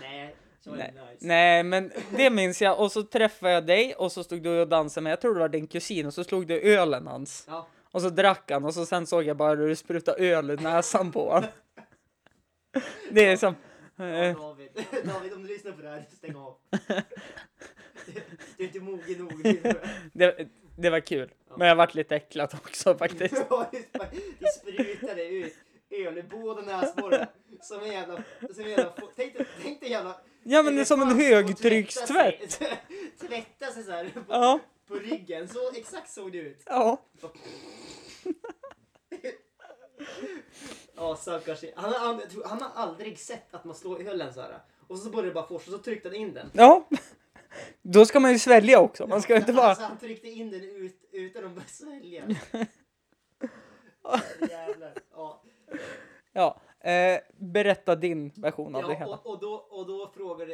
Speaker 3: Nej, så var det nice.
Speaker 2: Nej, men det minns jag. Och så träffade jag dig och så stod du och dansade med, jag tror det var din kusin, och så slog du ölen hans.
Speaker 3: Ja.
Speaker 2: Och så drack han och så sen såg jag bara hur du sprutade öl i näsan på honom. Det är som...
Speaker 3: Ja,
Speaker 2: Eh,
Speaker 3: David. David, om du lyssnar på det här, stäng av. Du, du är inte mogen nog. Det
Speaker 2: det, det var kul. Men jag vart lite äcklad också faktiskt.
Speaker 3: sprutade ut öl i båda näsborrarna. Som en jävla... Som en jävla fo- tänk, dig- tänk dig jävla...
Speaker 2: Ja men det är som en
Speaker 3: elefant och
Speaker 2: högtryckstvätt.
Speaker 3: Tvätta sig, tvätta sig så här på,
Speaker 2: Ja,
Speaker 3: på ryggen. Så, exakt såg det ut.
Speaker 2: ja.
Speaker 3: Ja, stackars. Han, har aldrig- jag tror- han har aldrig sett att man slår ölen så här. Och så började det bara forsa och så tryckte han in den.
Speaker 2: Ja. Då ska man ju svälja också. Man ska ju inte bara...
Speaker 3: Alltså, han tryckte in den ut, utan att börja svälja.
Speaker 2: Ja, eh, berätta din version av det
Speaker 3: Ja,
Speaker 2: hela.
Speaker 3: och, och då, och då frågade,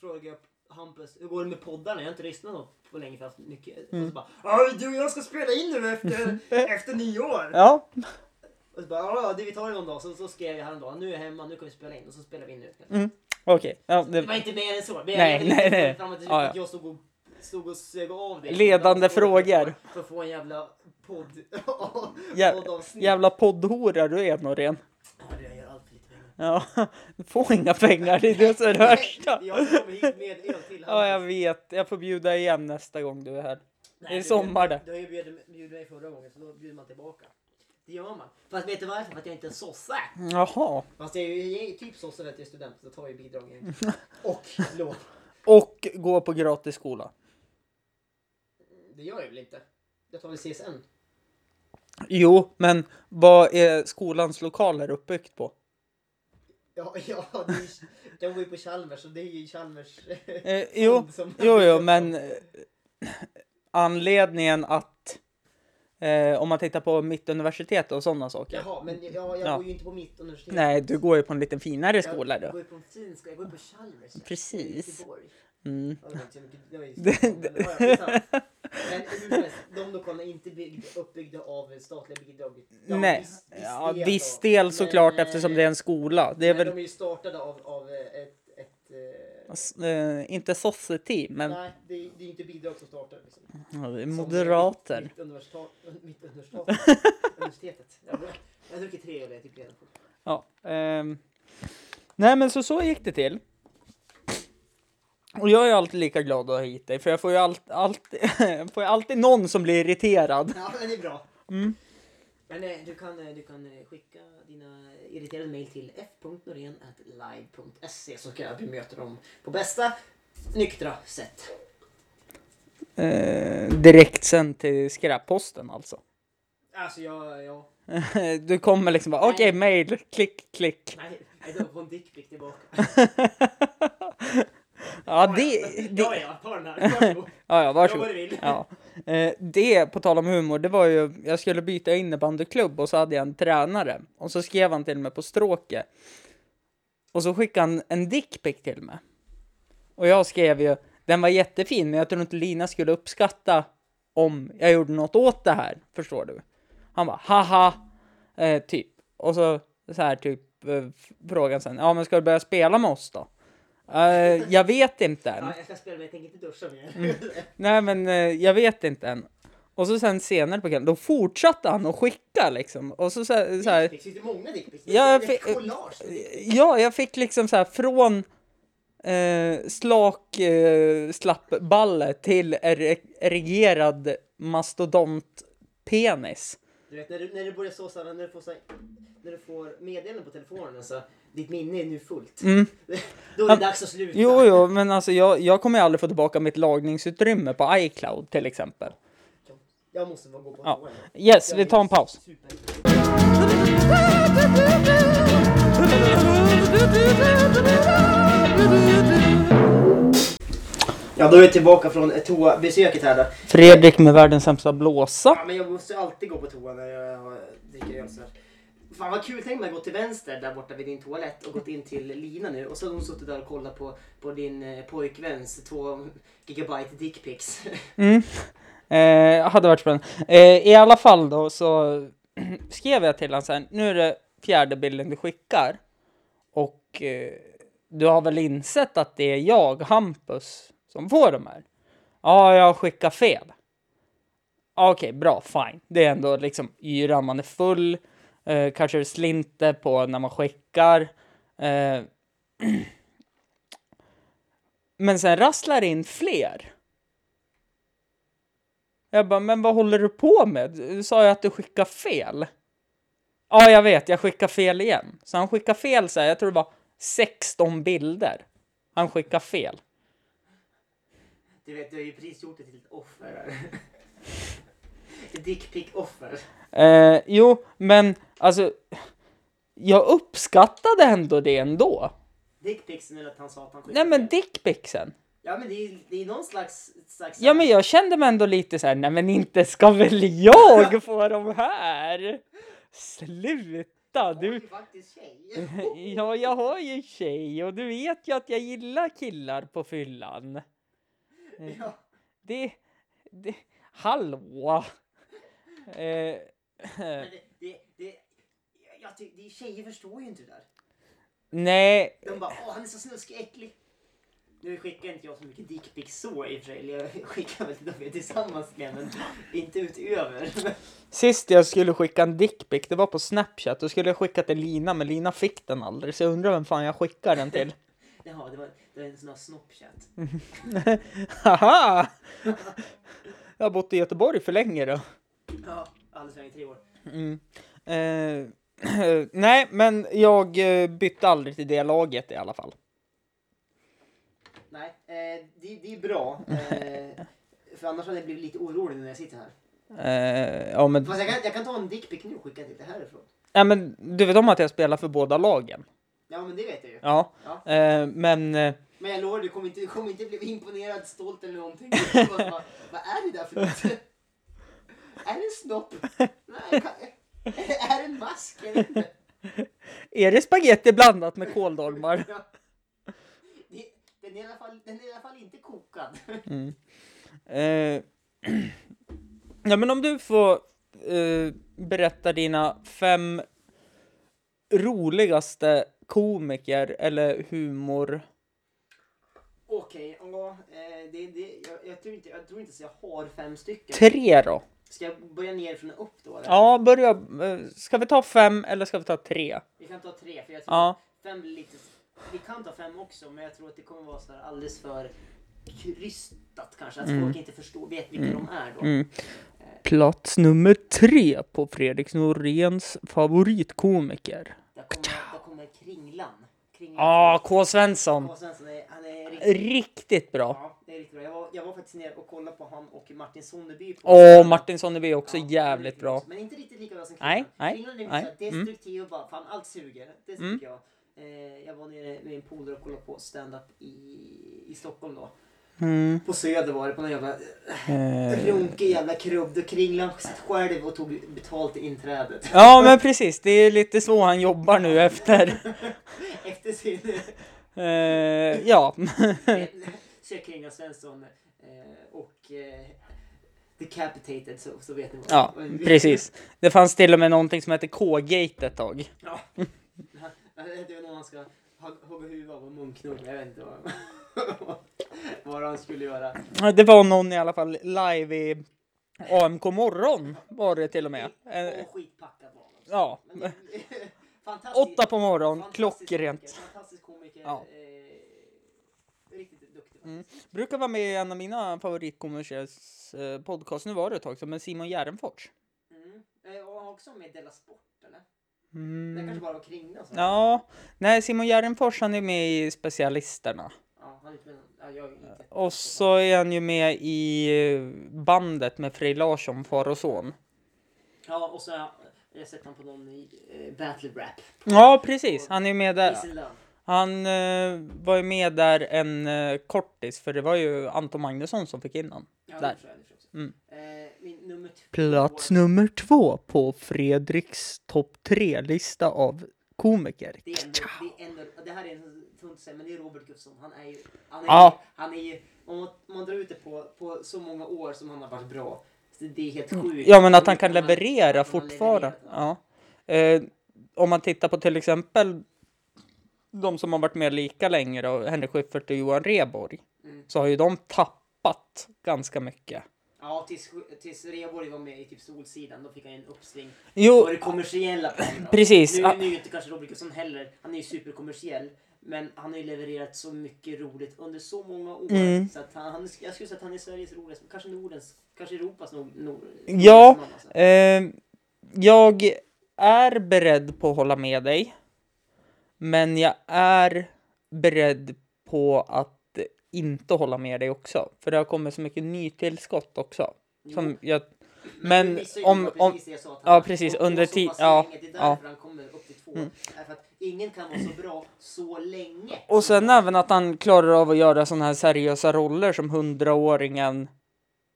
Speaker 3: frågade jag Hampus, hur går det med poddarna? Jag har inte lyssnat på- på länge för jag har haft mycket.
Speaker 2: Mm.
Speaker 3: Och så bara, "Ja, du och jag ska spela in nu efter, efter nyår.
Speaker 2: Ja,
Speaker 3: Och så bara, ja, det vi tar det någon dag. Så, så skrev jag häromdagen, nu är jag hemma, nu kan vi spela in. Och så spelar vi in nu.
Speaker 2: okej. Ja,
Speaker 3: Det var
Speaker 2: det...
Speaker 3: inte mer än så. Men
Speaker 2: Mm. Nej,
Speaker 3: jag, jag,
Speaker 2: nej, nej.
Speaker 3: Fram till
Speaker 2: Ja, ja.
Speaker 3: att jag stod och, stod och sög av det.
Speaker 2: Ledande
Speaker 3: För att få-
Speaker 2: frågor.
Speaker 3: För att få en jävla podd.
Speaker 2: Jä...
Speaker 3: poddavsnitt.
Speaker 2: Jävla poddhora du är Norén.
Speaker 3: Ja, det jag gör allt för lite pengar.
Speaker 2: Ja, du får inga pengar, det är det som är det värsta.
Speaker 3: Jag som kommer hit med öl till
Speaker 2: Ja, jag vet. Jag får bjuda igen nästa gång du är här. det är
Speaker 3: du-
Speaker 2: sommar det.
Speaker 3: Du har ju bjudit bjudit mig förra gången så då bjuder man tillbaka. Det gör man. Fast vet du varför? För att jag inte är en sosse.
Speaker 2: Mm. Jaha.
Speaker 3: Fast jag är ju jag är ju typ sosse för att jag är student så tar jag ju bidrag egentligen. Och lån.
Speaker 2: Och gå på gratis skola.
Speaker 3: Det gör jag väl inte. Jag tar väl CSN.
Speaker 2: Jo, men vad är skolans lokaler uppbyggt på?
Speaker 3: Ja, ja det är, ju- de går ju på Chalmers så det är ju Chalmers.
Speaker 2: Eh, jo,
Speaker 3: som-
Speaker 2: jo, jo, men eh, anledningen att eh, om man tittar på Mittuniversitet och sådana saker.
Speaker 3: Jaha, men jag, jag
Speaker 2: Ja.
Speaker 3: går ju inte på mitt universitet.
Speaker 2: Nej, du går ju på en lite finare skola
Speaker 3: Jag
Speaker 2: då.
Speaker 3: går ju på en fin skola. Jag går ju på Chalmers.
Speaker 2: Precis.
Speaker 3: I Göteborg.
Speaker 2: Mm.
Speaker 3: Ja, det var inte så mycket- det var ju-
Speaker 2: Det-
Speaker 3: men, ja, det är sant. Men hur som helst, de lokalerna är inte byggd, uppbyggda av statliga bidrag. Ja,
Speaker 2: Nej,
Speaker 3: viss-
Speaker 2: ja,
Speaker 3: del
Speaker 2: viss
Speaker 3: av-
Speaker 2: del såklart
Speaker 3: men, eh,
Speaker 2: eftersom det är en skola. Det är
Speaker 3: men De
Speaker 2: väl
Speaker 3: är ju startade av, av eh, ett... ett eh,
Speaker 2: s- eh, inte sosse-team, men
Speaker 3: Nej, det är, det är inte bidrag som startar. Liksom. Som
Speaker 2: ja, det är
Speaker 3: mitt-
Speaker 2: moderater.
Speaker 3: Mitt, universitet, mitt universitet, universitetet. Jag jag har druckit tre öl jag är typ redan. full.
Speaker 2: Ja. ehm. Nej men så så gick det till. Och jag är alltid lika glad att ha hit dig för jag får ju allt, alltid, får ju alltid någon som blir irriterad.
Speaker 3: Ja, men det är bra.
Speaker 2: Mm.
Speaker 3: Men eh, du kan, eh, du kan eh, skicka dina irriterade mejl till f.norén.live.se så kan jag bemöta dem på bästa nyktra sätt.
Speaker 2: Eh, direkt sen till skräpposten alltså.
Speaker 3: Alltså jag, jag...
Speaker 2: du kommer liksom bara okej mail, klick klick.
Speaker 3: Nej, jag får en dickpic tillbaka.
Speaker 2: Ja det, det
Speaker 3: Ja, ja, ta den här. Varsågod.
Speaker 2: ja, ja
Speaker 3: Gör
Speaker 2: varsågod.
Speaker 3: vad du vill.
Speaker 2: Ja. Eh, det, på tal om humor, det var ju, jag skulle byta innebandyklubb och så hade jag en tränare. Och så skrev han till mig på stråket. Och så skickade han en dickpic till mig. Och jag skrev ju, den var jättefin men jag tror inte Lina skulle uppskatta om jag gjorde något åt det här, förstår du? Han bara, haha, eh, typ. Och så, så här typ, eh, frågan sen, ja men ska du börja spela med oss då? Eh, jag vet inte än.
Speaker 3: Ja, jag ska spela men jag tänker inte duscha mer.
Speaker 2: Mm. Nej men eh, jag vet inte än. Och så sen senare på kvällen, då fortsatte han att skicka liksom. Och så, så, här- så här,
Speaker 3: Dickpics, det är många dickpics.
Speaker 2: Ja, jag
Speaker 3: Det är ett
Speaker 2: fick-
Speaker 3: collage.
Speaker 2: ja, jag fick liksom så här från eh, slak eh, slappballe till ere- erigerad mastodontpenis.
Speaker 3: Du vet när du, när du börjar så såhär, när du får såhär, när du får meddelanden på telefonen så ditt minne är nu fullt. Då är det dags att sluta.
Speaker 2: Mm. Jo, jo, men alltså jag, jag kommer ju aldrig få tillbaka mitt lagningsutrymme på iCloud till exempel.
Speaker 3: Jag måste bara gå på
Speaker 2: Ja.
Speaker 3: toa nu.
Speaker 2: Yes,
Speaker 3: Jag
Speaker 2: vi
Speaker 3: är
Speaker 2: tar en paus.
Speaker 3: super- Ja, då är vi tillbaka från eh, toabesöket här då.
Speaker 2: Fredrik med världens sämsta blåsa.
Speaker 3: Ja, men jag måste ju alltid gå på toa när jag har- dricker öl sådär. Fan vad kul, tänk mig att gå till vänster där borta vid din toalett och gått in till Lina nu och så har hon suttit där och kollat på, på din eh, pojkväns två gigabyte dickpics.
Speaker 2: Mm. Eh, hade varit spännande. Eh, I alla fall då så skrev jag till honom sen. Nu är det fjärde bilden du skickar. Och eh, du har väl insett att det är jag, Hampus, som får de här? Ja, jag skickar fel. Ja, Okej, bra, fine. Det är ändå liksom yran, man är full. Eh, kanske det slinter på när man skickar. Eh, men sen rasslar det in fler. Jag bara, men vad håller du på med? Du sa ju att du skickar fel. Ja, jag vet, jag skickar fel igen. Så han skickar fel så här, jag tror det var 16 bilder. Han skickar fel.
Speaker 3: Du vet, du har ju precis gjort det till ett offer. här. Ett Dickpic-offer.
Speaker 2: Eh, jo, men alltså, jag uppskattade ändå det ändå.
Speaker 3: Dickpicsen eller att han sa att han
Speaker 2: Nej, men dickpixen.
Speaker 3: Ja men det är, det är någon slags... slags
Speaker 2: Ja, men jag kände mig ändå lite så här, nej men inte ska väl jag få de här? Sluta! Sluta!
Speaker 3: Du är
Speaker 2: Du,
Speaker 3: ju faktiskt tjej.
Speaker 2: ja, jag har ju en tjej och du vet ju att jag gillar killar på fyllan.
Speaker 3: ja.
Speaker 2: Det... det hallå! Eh,
Speaker 3: Men det, det, det, jag- jag ty, det, tjejer förstår ju inte det där.
Speaker 2: nej,
Speaker 3: De bara åh han är så snuskig äcklig. Nu skickar inte jag så mycket dickpics så i och för sig. Eller Jag skickar väl till dem vi är tillsammans med men inte utöver. Men,
Speaker 2: sist jag skulle skicka en dickpic, det var på Snapchat. Då skulle jag skicka till Lina, men Lina fick den aldrig. Så jag undrar vem fan jag skickar den till.
Speaker 3: jaha det var, det var en sån här snoppchat.
Speaker 2: Haha! Jag har bott i Göteborg för länge då.
Speaker 3: Ja, alldeles för länge, tre år.
Speaker 2: Mm. Eh, nej, men jag eh, bytte aldrig till det laget i alla fall.
Speaker 3: Nej, eh, det, det är bra. Eh, för annars hade jag blivit lite orolig när jag sitter här.
Speaker 2: Eh, ja, men,
Speaker 3: Fast jag kan, jag kan ta en dickpic nu och skicka till det härifrån.
Speaker 2: ja, men du vet om att jag spelar för båda lagen?
Speaker 3: Ja men det vet jag ju.
Speaker 2: Ja.
Speaker 3: Ja.
Speaker 2: Eh, men eh,
Speaker 3: Men jag lovar, du kommer inte, du kommer inte bli imponerad, stolt eller någonting. Du kommer bara, vad, vad är det där för något? är det en snopp? Nej, jag kan, är det en mask? Jag vet inte.
Speaker 2: är det spagetti blandat med kåldolmar?
Speaker 3: Ja. Det, den, är i alla fall, den är i alla fall inte kokad.
Speaker 2: Eh, ja, men om du får eh, berätta dina fem roligaste komiker eller humor.
Speaker 3: Okej, ja, eh, det, det, jag, jag, tror inte, jag tror inte så jag har fem stycken.
Speaker 2: Tre då?
Speaker 3: Ska jag börja nerifrån och upp då? Eller?
Speaker 2: Ja, börja. eh, Ska vi ta fem eller ska vi ta tre?
Speaker 3: Vi kan ta tre, för jag tror
Speaker 2: Ja,
Speaker 3: fem blir lite... Vi kan ta fem också, men jag tror att det kommer vara så här alldeles för krystat kanske. Att folk inte förstår, vet vilka de är då.
Speaker 2: Mm. Plats nummer tre på Fredrik Noréns favoritkomiker.
Speaker 3: Där kommer, där kommer Kringlan. Kringlan.
Speaker 2: Ja, ah, K. Svensson.
Speaker 3: K. Svensson, är- han är riktigt,
Speaker 2: Riktigt bra.
Speaker 3: ja, det är riktigt bra. Jag var, jag var faktiskt nere och kollade på han och Martin Sonneby. på-
Speaker 2: Och Martin Sonneby är också
Speaker 3: Ja,
Speaker 2: jävligt
Speaker 3: det är
Speaker 2: bra.
Speaker 3: Men inte riktigt lika bra som Kringlan.
Speaker 2: Nej, nej,
Speaker 3: Kringlan är lite
Speaker 2: nej,
Speaker 3: så här
Speaker 2: mm.
Speaker 3: destruktiv och bara fan allt suger. Det tycker jag. Eh, jag var nere med min polare och kollade på stand-up i, i Stockholm då.
Speaker 2: Mm.
Speaker 3: På Söder var det, på någon jävla
Speaker 2: Eh,
Speaker 3: runkig jävla krubb. Då kringlade han sitt själv och tog betalt i inträdet.
Speaker 2: Ja, men precis. Det är lite så han jobbar nu efter.
Speaker 3: Efter sin...
Speaker 2: Eh, ja.
Speaker 3: Så jag kringlade Svensson eh, och eh, decapitated så, så vet ni vad.
Speaker 2: ja, precis. Det fanns till och med någonting som hette K-gate ett tag.
Speaker 3: Ja. Det var någon han ska hug- hugga huvudet av och munknugga. Jag vet inte vad, vad han skulle göra.
Speaker 2: Ja, Det var någon i alla fall live i AMK morgon var det till och med. Eh,
Speaker 3: Och skitpackad var han. också.
Speaker 2: ja.
Speaker 3: Men det- Fantastisk-
Speaker 2: Åtta på morgonen,
Speaker 3: fantastisk
Speaker 2: klockrent.
Speaker 3: komiker, Fantastisk komiker.
Speaker 2: Ja.
Speaker 3: Eh, riktigt duktig.
Speaker 2: Mm. Brukar vara med i en av mina favoritkommersiells eh, podcast, nu var det ett tag sedan, men Simon Järnfors.
Speaker 3: Mm. Eh, Och han var också med i Della Sport eller? Det alltså.
Speaker 2: Mm.
Speaker 3: kanske bara var kring den, så.
Speaker 2: Ja, nej Simon Järnfors han är med i Specialisterna.
Speaker 3: Ja, han är inte med någon- ja, jag är inte.
Speaker 2: Och så är han ju med i eh, bandet med Frej Larsson, far och son.
Speaker 3: Ja, och så har jag- jag har sett honom på någon i, eh, battle rap.
Speaker 2: Ja, precis. Han är ju med där.
Speaker 3: Peace and love.
Speaker 2: Han eh, var ju med där en eh, kortis, för det var ju Anton Magnusson som fick in honom.
Speaker 3: Ja,
Speaker 2: Där.
Speaker 3: det tror jag, det tror jag också.
Speaker 2: Mm.
Speaker 3: Eh, min nummer två.
Speaker 2: Plats nummer två på Fredriks topp tre-lista av komiker.
Speaker 3: Det, är ändå, det, är ändå, det här är en tunt att säga, men det är Robert Gustafsson. Han är ju... Han är,
Speaker 2: Ja.
Speaker 3: han är ju om, man, om man drar ut det på, på så många år som han har varit bra. Så det är helt sjukt.
Speaker 2: Mm. Ja, men att han kan
Speaker 3: Att han- att
Speaker 2: leverera
Speaker 3: han
Speaker 2: fortfarande.
Speaker 3: levererar.
Speaker 2: Ja. Eh, om man tittar på till exempel de som har varit med lika länge då, Henrik Schyffert och Johan Rheborg,
Speaker 3: Mm.
Speaker 2: så har ju de tappat ganska mycket.
Speaker 3: Ja, tills, tills Rheborg var med i typ Solsidan, då fick han ju en uppsving.
Speaker 2: Jo,
Speaker 3: på det kommersiella planet.
Speaker 2: Precis.
Speaker 3: Nu är ju inte kanske Robert Gustafsson heller, han är ju superkommersiell. Men han har ju levererat så mycket roligt under så många år.
Speaker 2: Mm.
Speaker 3: Så att han, han, jag skulle säga att han är Sveriges roligaste, kanske Nordens, kanske Europas nor, nor,
Speaker 2: Ja.
Speaker 3: roligaste man, alltså.
Speaker 2: eh, jag är beredd på att hålla med dig, men jag är beredd på att inte hålla med dig också, för det har kommit så mycket nytillskott också. Som jag, men
Speaker 3: Precis, det
Speaker 2: om,
Speaker 3: var
Speaker 2: om,
Speaker 3: precis det jag sa, att
Speaker 2: ja,
Speaker 3: han-
Speaker 2: precis,
Speaker 3: de går
Speaker 2: under
Speaker 3: så
Speaker 2: ti-
Speaker 3: pass
Speaker 2: ja,
Speaker 3: länge, Det är
Speaker 2: ja. Mm.
Speaker 3: därför han kommer upp till två. Därför att ingen kan vara så bra så länge.
Speaker 2: Och sen även att han klarar av att göra sådana här seriösa roller som hundraåringen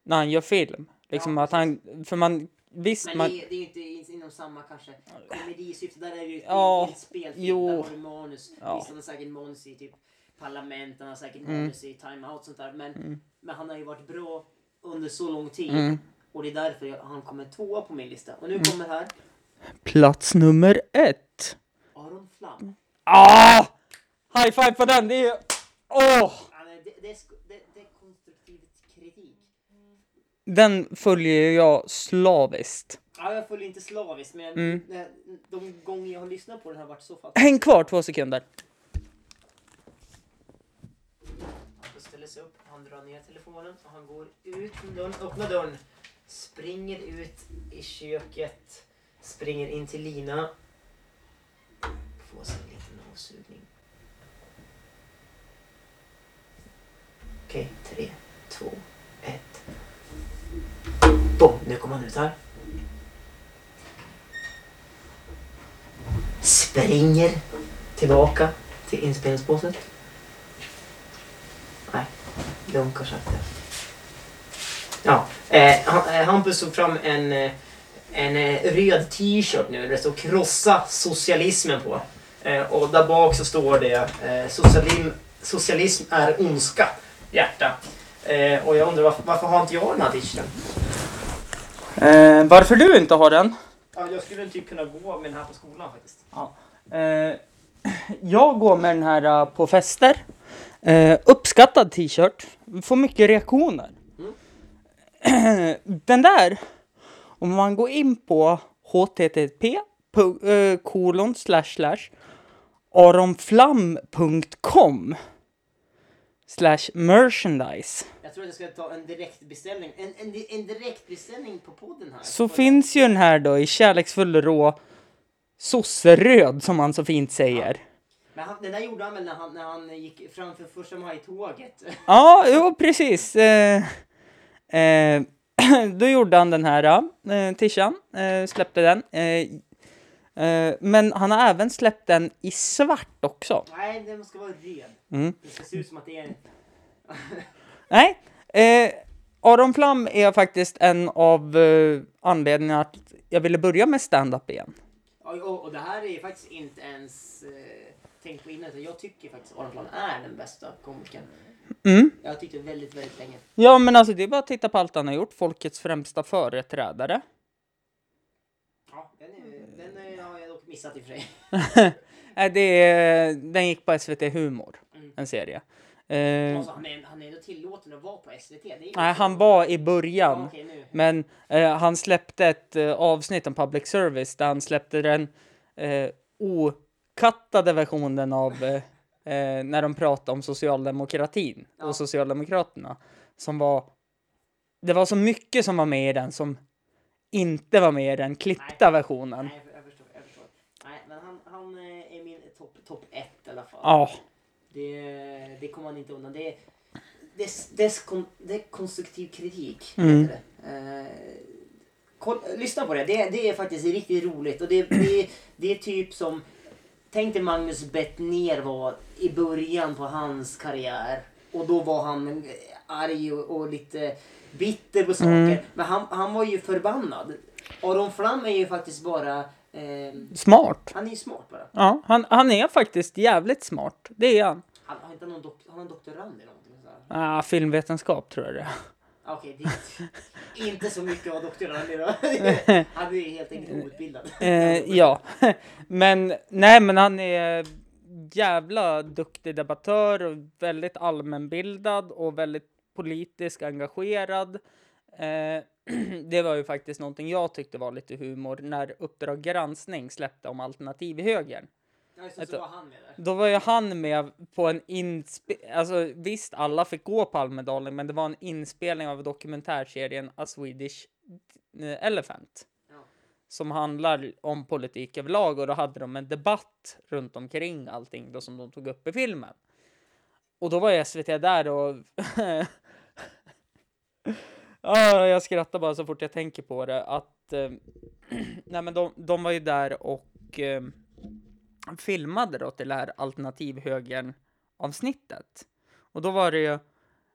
Speaker 2: när han gör film. Liksom
Speaker 3: Ja,
Speaker 2: att han, för man visst,
Speaker 3: Men
Speaker 2: man...
Speaker 3: det, är- det är ju inte in- inom samma kanske komedisyfte. Där är det ju ett
Speaker 2: Ja,
Speaker 3: eget spelfilm.
Speaker 2: jo.
Speaker 3: Där har du manus.
Speaker 2: Ja. Mm.
Speaker 3: Visst, han har säkert manus i typ Parlament, han har säkert manus i Time Out och sånt där. Men, men han har ju varit bra under så lång tid.
Speaker 2: Mm.
Speaker 3: Och det är därför jag, han kommer tvåa på min lista. Och nu kommer här
Speaker 2: Plats nummer ett.
Speaker 3: Aron
Speaker 2: Mm.
Speaker 3: Flam.
Speaker 2: Ah! High five på den! Det är... Åh!
Speaker 3: Han är- Det, det, är sk- det, det är konstruktiv kritik.
Speaker 2: Den följer ju jag slaviskt.
Speaker 3: Ja, jag följer inte slaviskt, men
Speaker 2: Mm.
Speaker 3: när- de gånger jag har lyssnat på den har varit så fattig.
Speaker 2: Häng kvar två sekunder.
Speaker 3: Han ställer sig upp, han drar ner telefonen och han går ut från dörren, öppnar dörren, springer ut i köket, springer in till Lina, får sig en liten avsugning. Okej, tre, två, ett. Bom, nu kommer han ut här. Springer tillbaka till inspelningsbåset. Nej, dunkar sagt det. Ja, eh, han- eh, Hampus tog fram en, eh, en eh, röd t-shirt nu där det står krossa socialismen på. Eh, och där bak så står det eh, socialism, socialism är ondska, hjärta. Eh, och jag undrar varför, varför har inte jag den här t-shirten?
Speaker 2: Eh, varför du inte har den?
Speaker 3: Ja, jag skulle typ kunna gå med den här på skolan faktiskt.
Speaker 2: Ja. Eh, jag går med den här eh, på fester. Eh, uppskattad t-shirt. Får mycket reaktioner. den där, om man går in på http pu- eh, kolon slash slash aronflam.com slash merchandise
Speaker 3: Jag tror att jag ska ta en direktbeställning. En, en, en direktbeställning på podden här.
Speaker 2: så finns ju den här då i kärleksfull rå sosseröd som man så fint säger.
Speaker 3: Men han, den där gjorde han väl när han, när han gick framför första maj-tåget?
Speaker 2: Ja, jo, precis. Eh, eh, då gjorde han den här eh, tishan, eh, släppte den. Eh, eh, men han har även släppt den i svart också.
Speaker 3: Nej, den ska vara röd.
Speaker 2: Mm.
Speaker 3: Det ska se ut som att det är en...
Speaker 2: Nej, eh, Aron Flam är faktiskt en av eh, anledningarna att jag ville börja med stand-up igen.
Speaker 3: Ja, Och, och det här är faktiskt inte ens eh, tänkt på innan. utan Jag tycker faktiskt Aron Flam är den bästa komikern.
Speaker 2: Mm.
Speaker 3: Jag tyckte väldigt, väldigt länge.
Speaker 2: Ja, men alltså det är bara att titta på allt han har gjort. Folkets främsta företrädare.
Speaker 3: Ja, den, är, den är, har jag dock missat i och för sig.
Speaker 2: Nej, Eh, det är, den gick på SVT Humor, en serie. Eh,
Speaker 3: Alltså, han, är, han är ändå tillåten att vara på SVT. Det är ju-
Speaker 2: nej, han var i början.
Speaker 3: Ja, Okej, nu.
Speaker 2: Men eh, han släppte ett eh, avsnitt om public service där han släppte den eh, okattade versionen av eh, eh, när de pratade om socialdemokratin
Speaker 3: Ja.
Speaker 2: och socialdemokraterna som var. Det var så mycket som var med i den som inte var med i den klippta versionen.
Speaker 3: Nej, jag, jag förstår. Jag förstår. Nej, men han, han eh, är min topp top ett i alla fall.
Speaker 2: Ja,
Speaker 3: Det, det kommer han inte undan. Det, är- det, är- det, är kon- det är konstruktiv kritik. heter Det. Eh, koll, lyssna på det. det. Det är faktiskt riktigt roligt. Och det, det, det är typ som... Tänk dig Magnus Bettner var i början på hans karriär. Och då var han arg och, och lite bitter på saker. Men han, han var ju förbannad. Aron Flam är ju faktiskt bara... Eh,
Speaker 2: smart.
Speaker 3: han är ju smart bara.
Speaker 2: Ja, han, han är faktiskt jävligt smart. Det är han.
Speaker 3: Han har inte någon dok- han har en doktorand eller någonting sådär.
Speaker 2: Ah, filmvetenskap tror jag det är.
Speaker 3: Okej, det är inte så mycket av doktorand idag. Han är helt enkelt outbildad.
Speaker 2: Eh, ja, men nej, men han är jävla duktig debattör och väldigt allmänbildad och väldigt politiskt engagerad. Eh, det var ju faktiskt någonting jag tyckte var lite humor när Uppdrag granskning släppte om alternativhögern.
Speaker 3: Nej, så, så var han med där.
Speaker 2: Då var ju han med på en inspelning, alltså visst alla fick gå på Almedalen, men det var en inspelning av dokumentärserien A Swedish eh, Elephant
Speaker 3: Ja.
Speaker 2: som handlar om politik överlag och då hade de en debatt runt omkring allting då som de tog upp i filmen. Och då var ju SVT där och... ja, jag skrattar bara så fort jag tänker på det att... Eh, nej men de, de var ju där och eh, filmade då till det här alternativhögern avsnittet. Och då var det ju...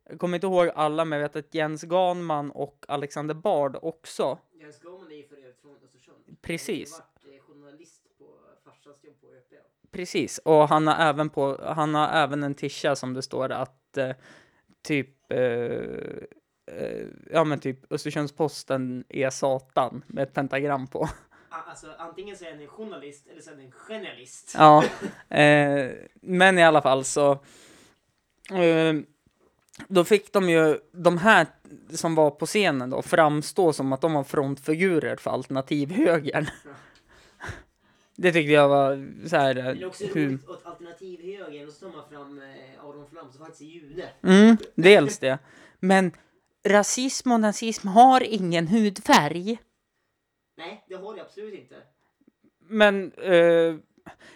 Speaker 2: Jag kommer inte ihåg alla men jag vet att Jens Ganman och Alexander Bard också
Speaker 3: Jens Goman är ju är för övrigt från Östersund.
Speaker 2: Precis.
Speaker 3: Han har ju varit eh, journalist på farsans jobb på ÖP.
Speaker 2: Precis, och han har även, på, han har även en tisha som det står att eh, typ eh, eh, Ja men typ Östersunds-Posten är Satan med ett pentagram på.
Speaker 3: Ah, Alltså antingen så är han en journalist eller så är han en genialist.
Speaker 2: Ja, eh, men i alla fall så. Eh, då fick de ju de här som var på scenen då framstå som att de var frontfigurer för alternativhögern. Det tyckte jag var så här.
Speaker 3: Men det är också
Speaker 2: eh, hum-
Speaker 3: roligt åt alternativhögern och så tar man fram eh, Aron Flam som faktiskt är jude.
Speaker 2: Mm, dels det. Men rasism och nazism har ingen hudfärg.
Speaker 3: Nej, det har jag absolut inte.
Speaker 2: Men eh,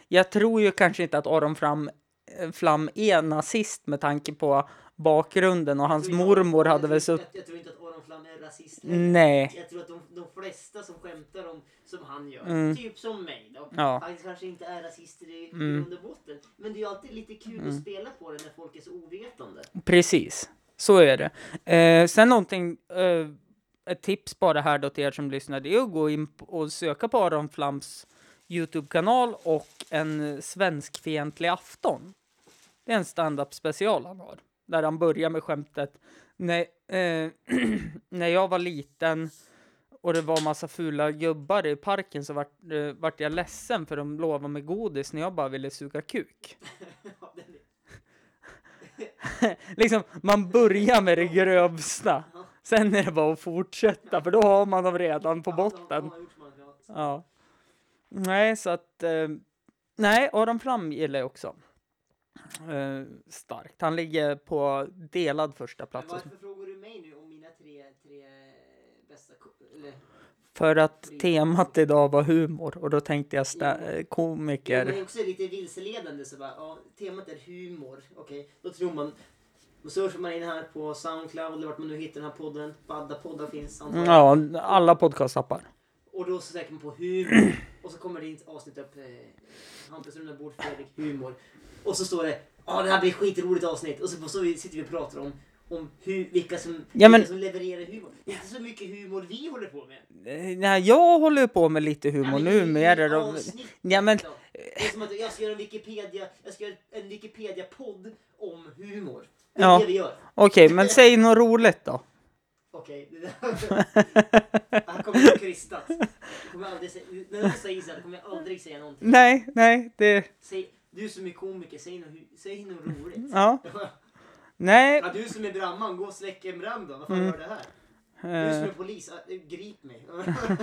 Speaker 2: jag tror ju kanske inte att Aron Flam, eh, Flam är nazist med tanke på bakgrunden och hans
Speaker 3: Jag tror inte-
Speaker 2: mormor
Speaker 3: jag
Speaker 2: hade
Speaker 3: tror-
Speaker 2: väl suttit... Mm.
Speaker 3: Jag, jag tror inte att Aron Flam är rasist längre.
Speaker 2: Nej.
Speaker 3: Jag tror att de, de flesta som skämtar om, som han gör,
Speaker 2: Mm.
Speaker 3: typ som mig då,
Speaker 2: Ja.
Speaker 3: faktiskt kanske inte är rasister i
Speaker 2: Mm.
Speaker 3: grund och botten. Men det är ju alltid lite kul att spela på det när folk är så ovetande.
Speaker 2: Mm. Precis, så är det. Eh, sen någonting, eh, ett tips bara här då till er som lyssnar, det är att gå in p- och söka på Aron Flams Youtube-kanal och en svenskfientlig afton. Det är en stand-up special han har, där han börjar med skämtet när, eh, när jag var liten och det var massa fula gubbar i parken så vart, eh, vart jag ledsen för de lovade mig godis när jag bara ville suga kuk.
Speaker 3: Ja, den är-
Speaker 2: liksom, man börjar med det grövsta. Sen är det bara att fortsätta, för då har man dem redan på
Speaker 3: ja, de
Speaker 2: botten.
Speaker 3: har gjort som man vill.
Speaker 2: Ja. Nej, så att... Eh, nej, Aron Flam gillar jag också. Eh, starkt. Han ligger på delad första
Speaker 3: Men
Speaker 2: plats.
Speaker 3: varför frågar du mig nu om mina tre, tre bästa... ko- Eller,
Speaker 2: För att temat idag var humor och då tänkte jag sta- eh,
Speaker 3: men det
Speaker 2: komiker.
Speaker 3: är också lite vilseledande så bara, ja, temat är humor. Okej, då tror man... Och så surfar man in här på Soundcloud eller vart man nu hittar den här podden. På alla poddar finns antagligen.
Speaker 2: Ja, alla podcastappar.
Speaker 3: Och då så söker man på humor. Och så kommer det ett avsnitt upp. Eh, Hampus runda bord, Fredrik, humor. Och så står det ja det här blir ett skitroligt avsnitt. Och så, på så vi- sitter vi och pratar om, om hur, vilka, som,
Speaker 2: Ja, men-
Speaker 3: vilka som levererar humor. Det är inte så mycket humor vi håller på med.
Speaker 2: Eh, Nej, jag håller ju på med lite humor
Speaker 3: Ja, men
Speaker 2: nu
Speaker 3: det
Speaker 2: mer.
Speaker 3: är ju
Speaker 2: och-
Speaker 3: avsnitt,
Speaker 2: Ja, men
Speaker 3: då. Det är som att jag ska göra en Wikipedia, jag ska göra en Wikipedia-podd om humor. Det är
Speaker 2: Ja.
Speaker 3: det vi gör.
Speaker 2: okej, men säg något roligt då.
Speaker 3: Okej, det där... Han kommer bli kristad. Jag kommer aldrig säga... När jag säger så här, kommer jag aldrig säga någonting.
Speaker 2: Nej, nej, det...
Speaker 3: Säg, du som är komiker, säg något, hu- säg något roligt.
Speaker 2: Ja. Nej.
Speaker 3: Ja, du som är brandman, gå och släck en brand då. Vad fan gör det här? Du som
Speaker 2: Eh,
Speaker 3: är polis, ja, grip mig.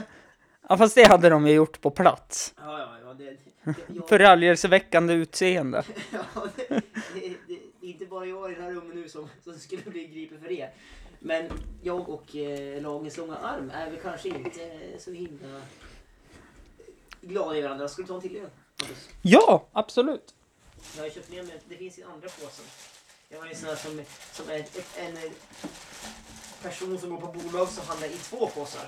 Speaker 2: ja, fast det hade de ju gjort på plats.
Speaker 3: Ja, ja, ja. Det, det, jag,
Speaker 2: Förargelseväckande utseende.
Speaker 3: Ja, det, det, det, det är inte bara jag i den här rummen nu som, som skulle bli gripen för det. Men jag och eh, lagens långa arm är väl kanske inte eh, så himla glada i varandra. Ska du ta en till öl? Hampus?
Speaker 2: Ja, absolut.
Speaker 3: Jag har ju köpt med mig, det finns i andra påsen. Jag var ju sån här som, som är en, en person som går på bolag som handlar i två påsar.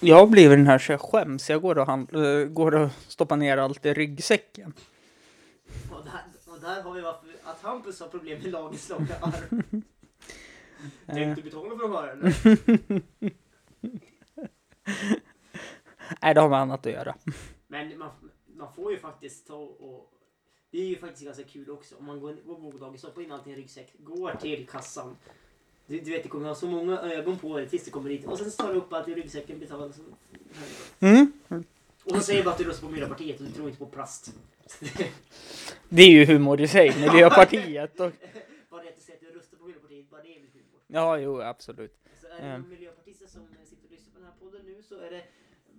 Speaker 2: Jag har blivit den här så jag skäms. Jag går och, hand- eh, går och stoppar ner allt i ryggsäcken.
Speaker 3: Och där, och där har vi varför att Hampus har problem med lagens långa arm. Tänkte betala för de här eller?
Speaker 2: Nej, det har man annat att göra.
Speaker 3: Men man, man får ju faktiskt ta och... Det är ju faktiskt ganska kul också. Om man går går på bolaget, stoppar in allting i en ryggsäck, går till kassan. Du, du vet, det kommer ha så många ögon på dig tills du kommer dit. Och sen tar du upp allt i ryggsäcken, betalar och så...
Speaker 2: Mm.
Speaker 3: Och så säger bara att du röstar på Miljöpartiet och du tror inte på plast.
Speaker 2: Det är ju humor i sig, Miljöpartiet. Och...
Speaker 3: bara det att du säger att du röstar på Miljöpartiet, bara det är väl humor.
Speaker 2: Ja, jo, absolut.
Speaker 3: Så är det
Speaker 2: Mm.
Speaker 3: någon miljöpartister som sitter och lyssnar på den här podden nu så är det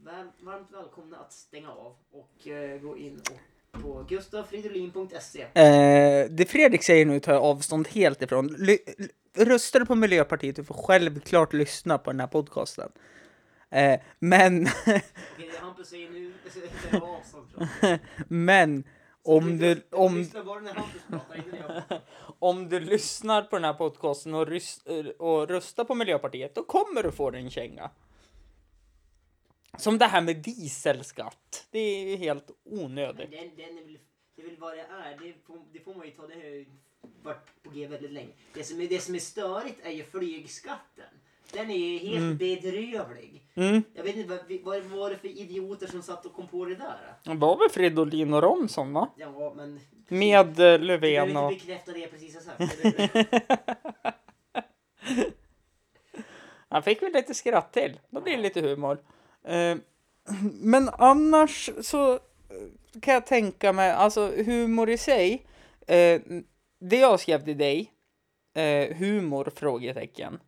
Speaker 3: väl- varmt välkomna att stänga av och eh, gå in och på gustavfridolin.se.
Speaker 2: Eh, det Fredrik säger nu tar jag avstånd helt ifrån. Ly- l- röstar du på Miljöpartiet, du får självklart lyssna på den här podcasten. Eh, men,
Speaker 3: Okej, det Hampus säger nu tar jag avstånd från.
Speaker 2: men, om du, om,
Speaker 3: Lyssna bara när Hampus pratar, inte när jag pratar.
Speaker 2: Om du lyssnar på den här podcasten och, rys- eh, och röstar på Miljöpartiet, då kommer du få din känga. Som det här med dieselskatt. Det är ju helt
Speaker 3: Men
Speaker 2: onödigt.
Speaker 3: Den, den är väl, det är väl vad det är. Det får, det får man ju ta. Det har ju varit på G väldigt länge. Det som är, det som är störigt är ju flygskatten. Den är ju helt bedrövlig.
Speaker 2: Mm.
Speaker 3: Jag vet inte, vad, vad var det för idioter som satt och kom på det där?
Speaker 2: Det var väl Fridolin och Romson va?
Speaker 3: Ja, men...
Speaker 2: Med eh,
Speaker 3: Du
Speaker 2: Löfven
Speaker 3: behöver
Speaker 2: och...
Speaker 3: inte bekräfta det jag precis har sagt. eller hur?
Speaker 2: Han fick väl lite skratt till. Då blir det lite humor. Eh, men annars så eh, kan jag tänka mig, alltså humor i sig. Eh, det jag skrev till dig, eh, humor? Frågetecken.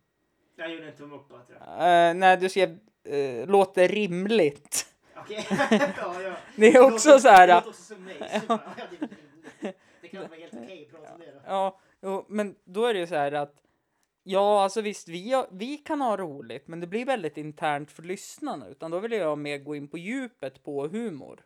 Speaker 3: jag gjorde en tumme upp bara, tror jag.
Speaker 2: Eh, när du skrev eh, låter rimligt.
Speaker 3: Okej. ja, ja.
Speaker 2: Det är också
Speaker 3: låter-
Speaker 2: så här-
Speaker 3: Det låter också som mig. Så bara, ja, det, det- det kan vara helt okej att prata om det då.
Speaker 2: Ja, jo, men då är det ju så här att ja, alltså visst, vi, har- vi kan ha roligt, men det blir väldigt internt för lyssnarna, utan då vill jag mer gå in på djupet på humor.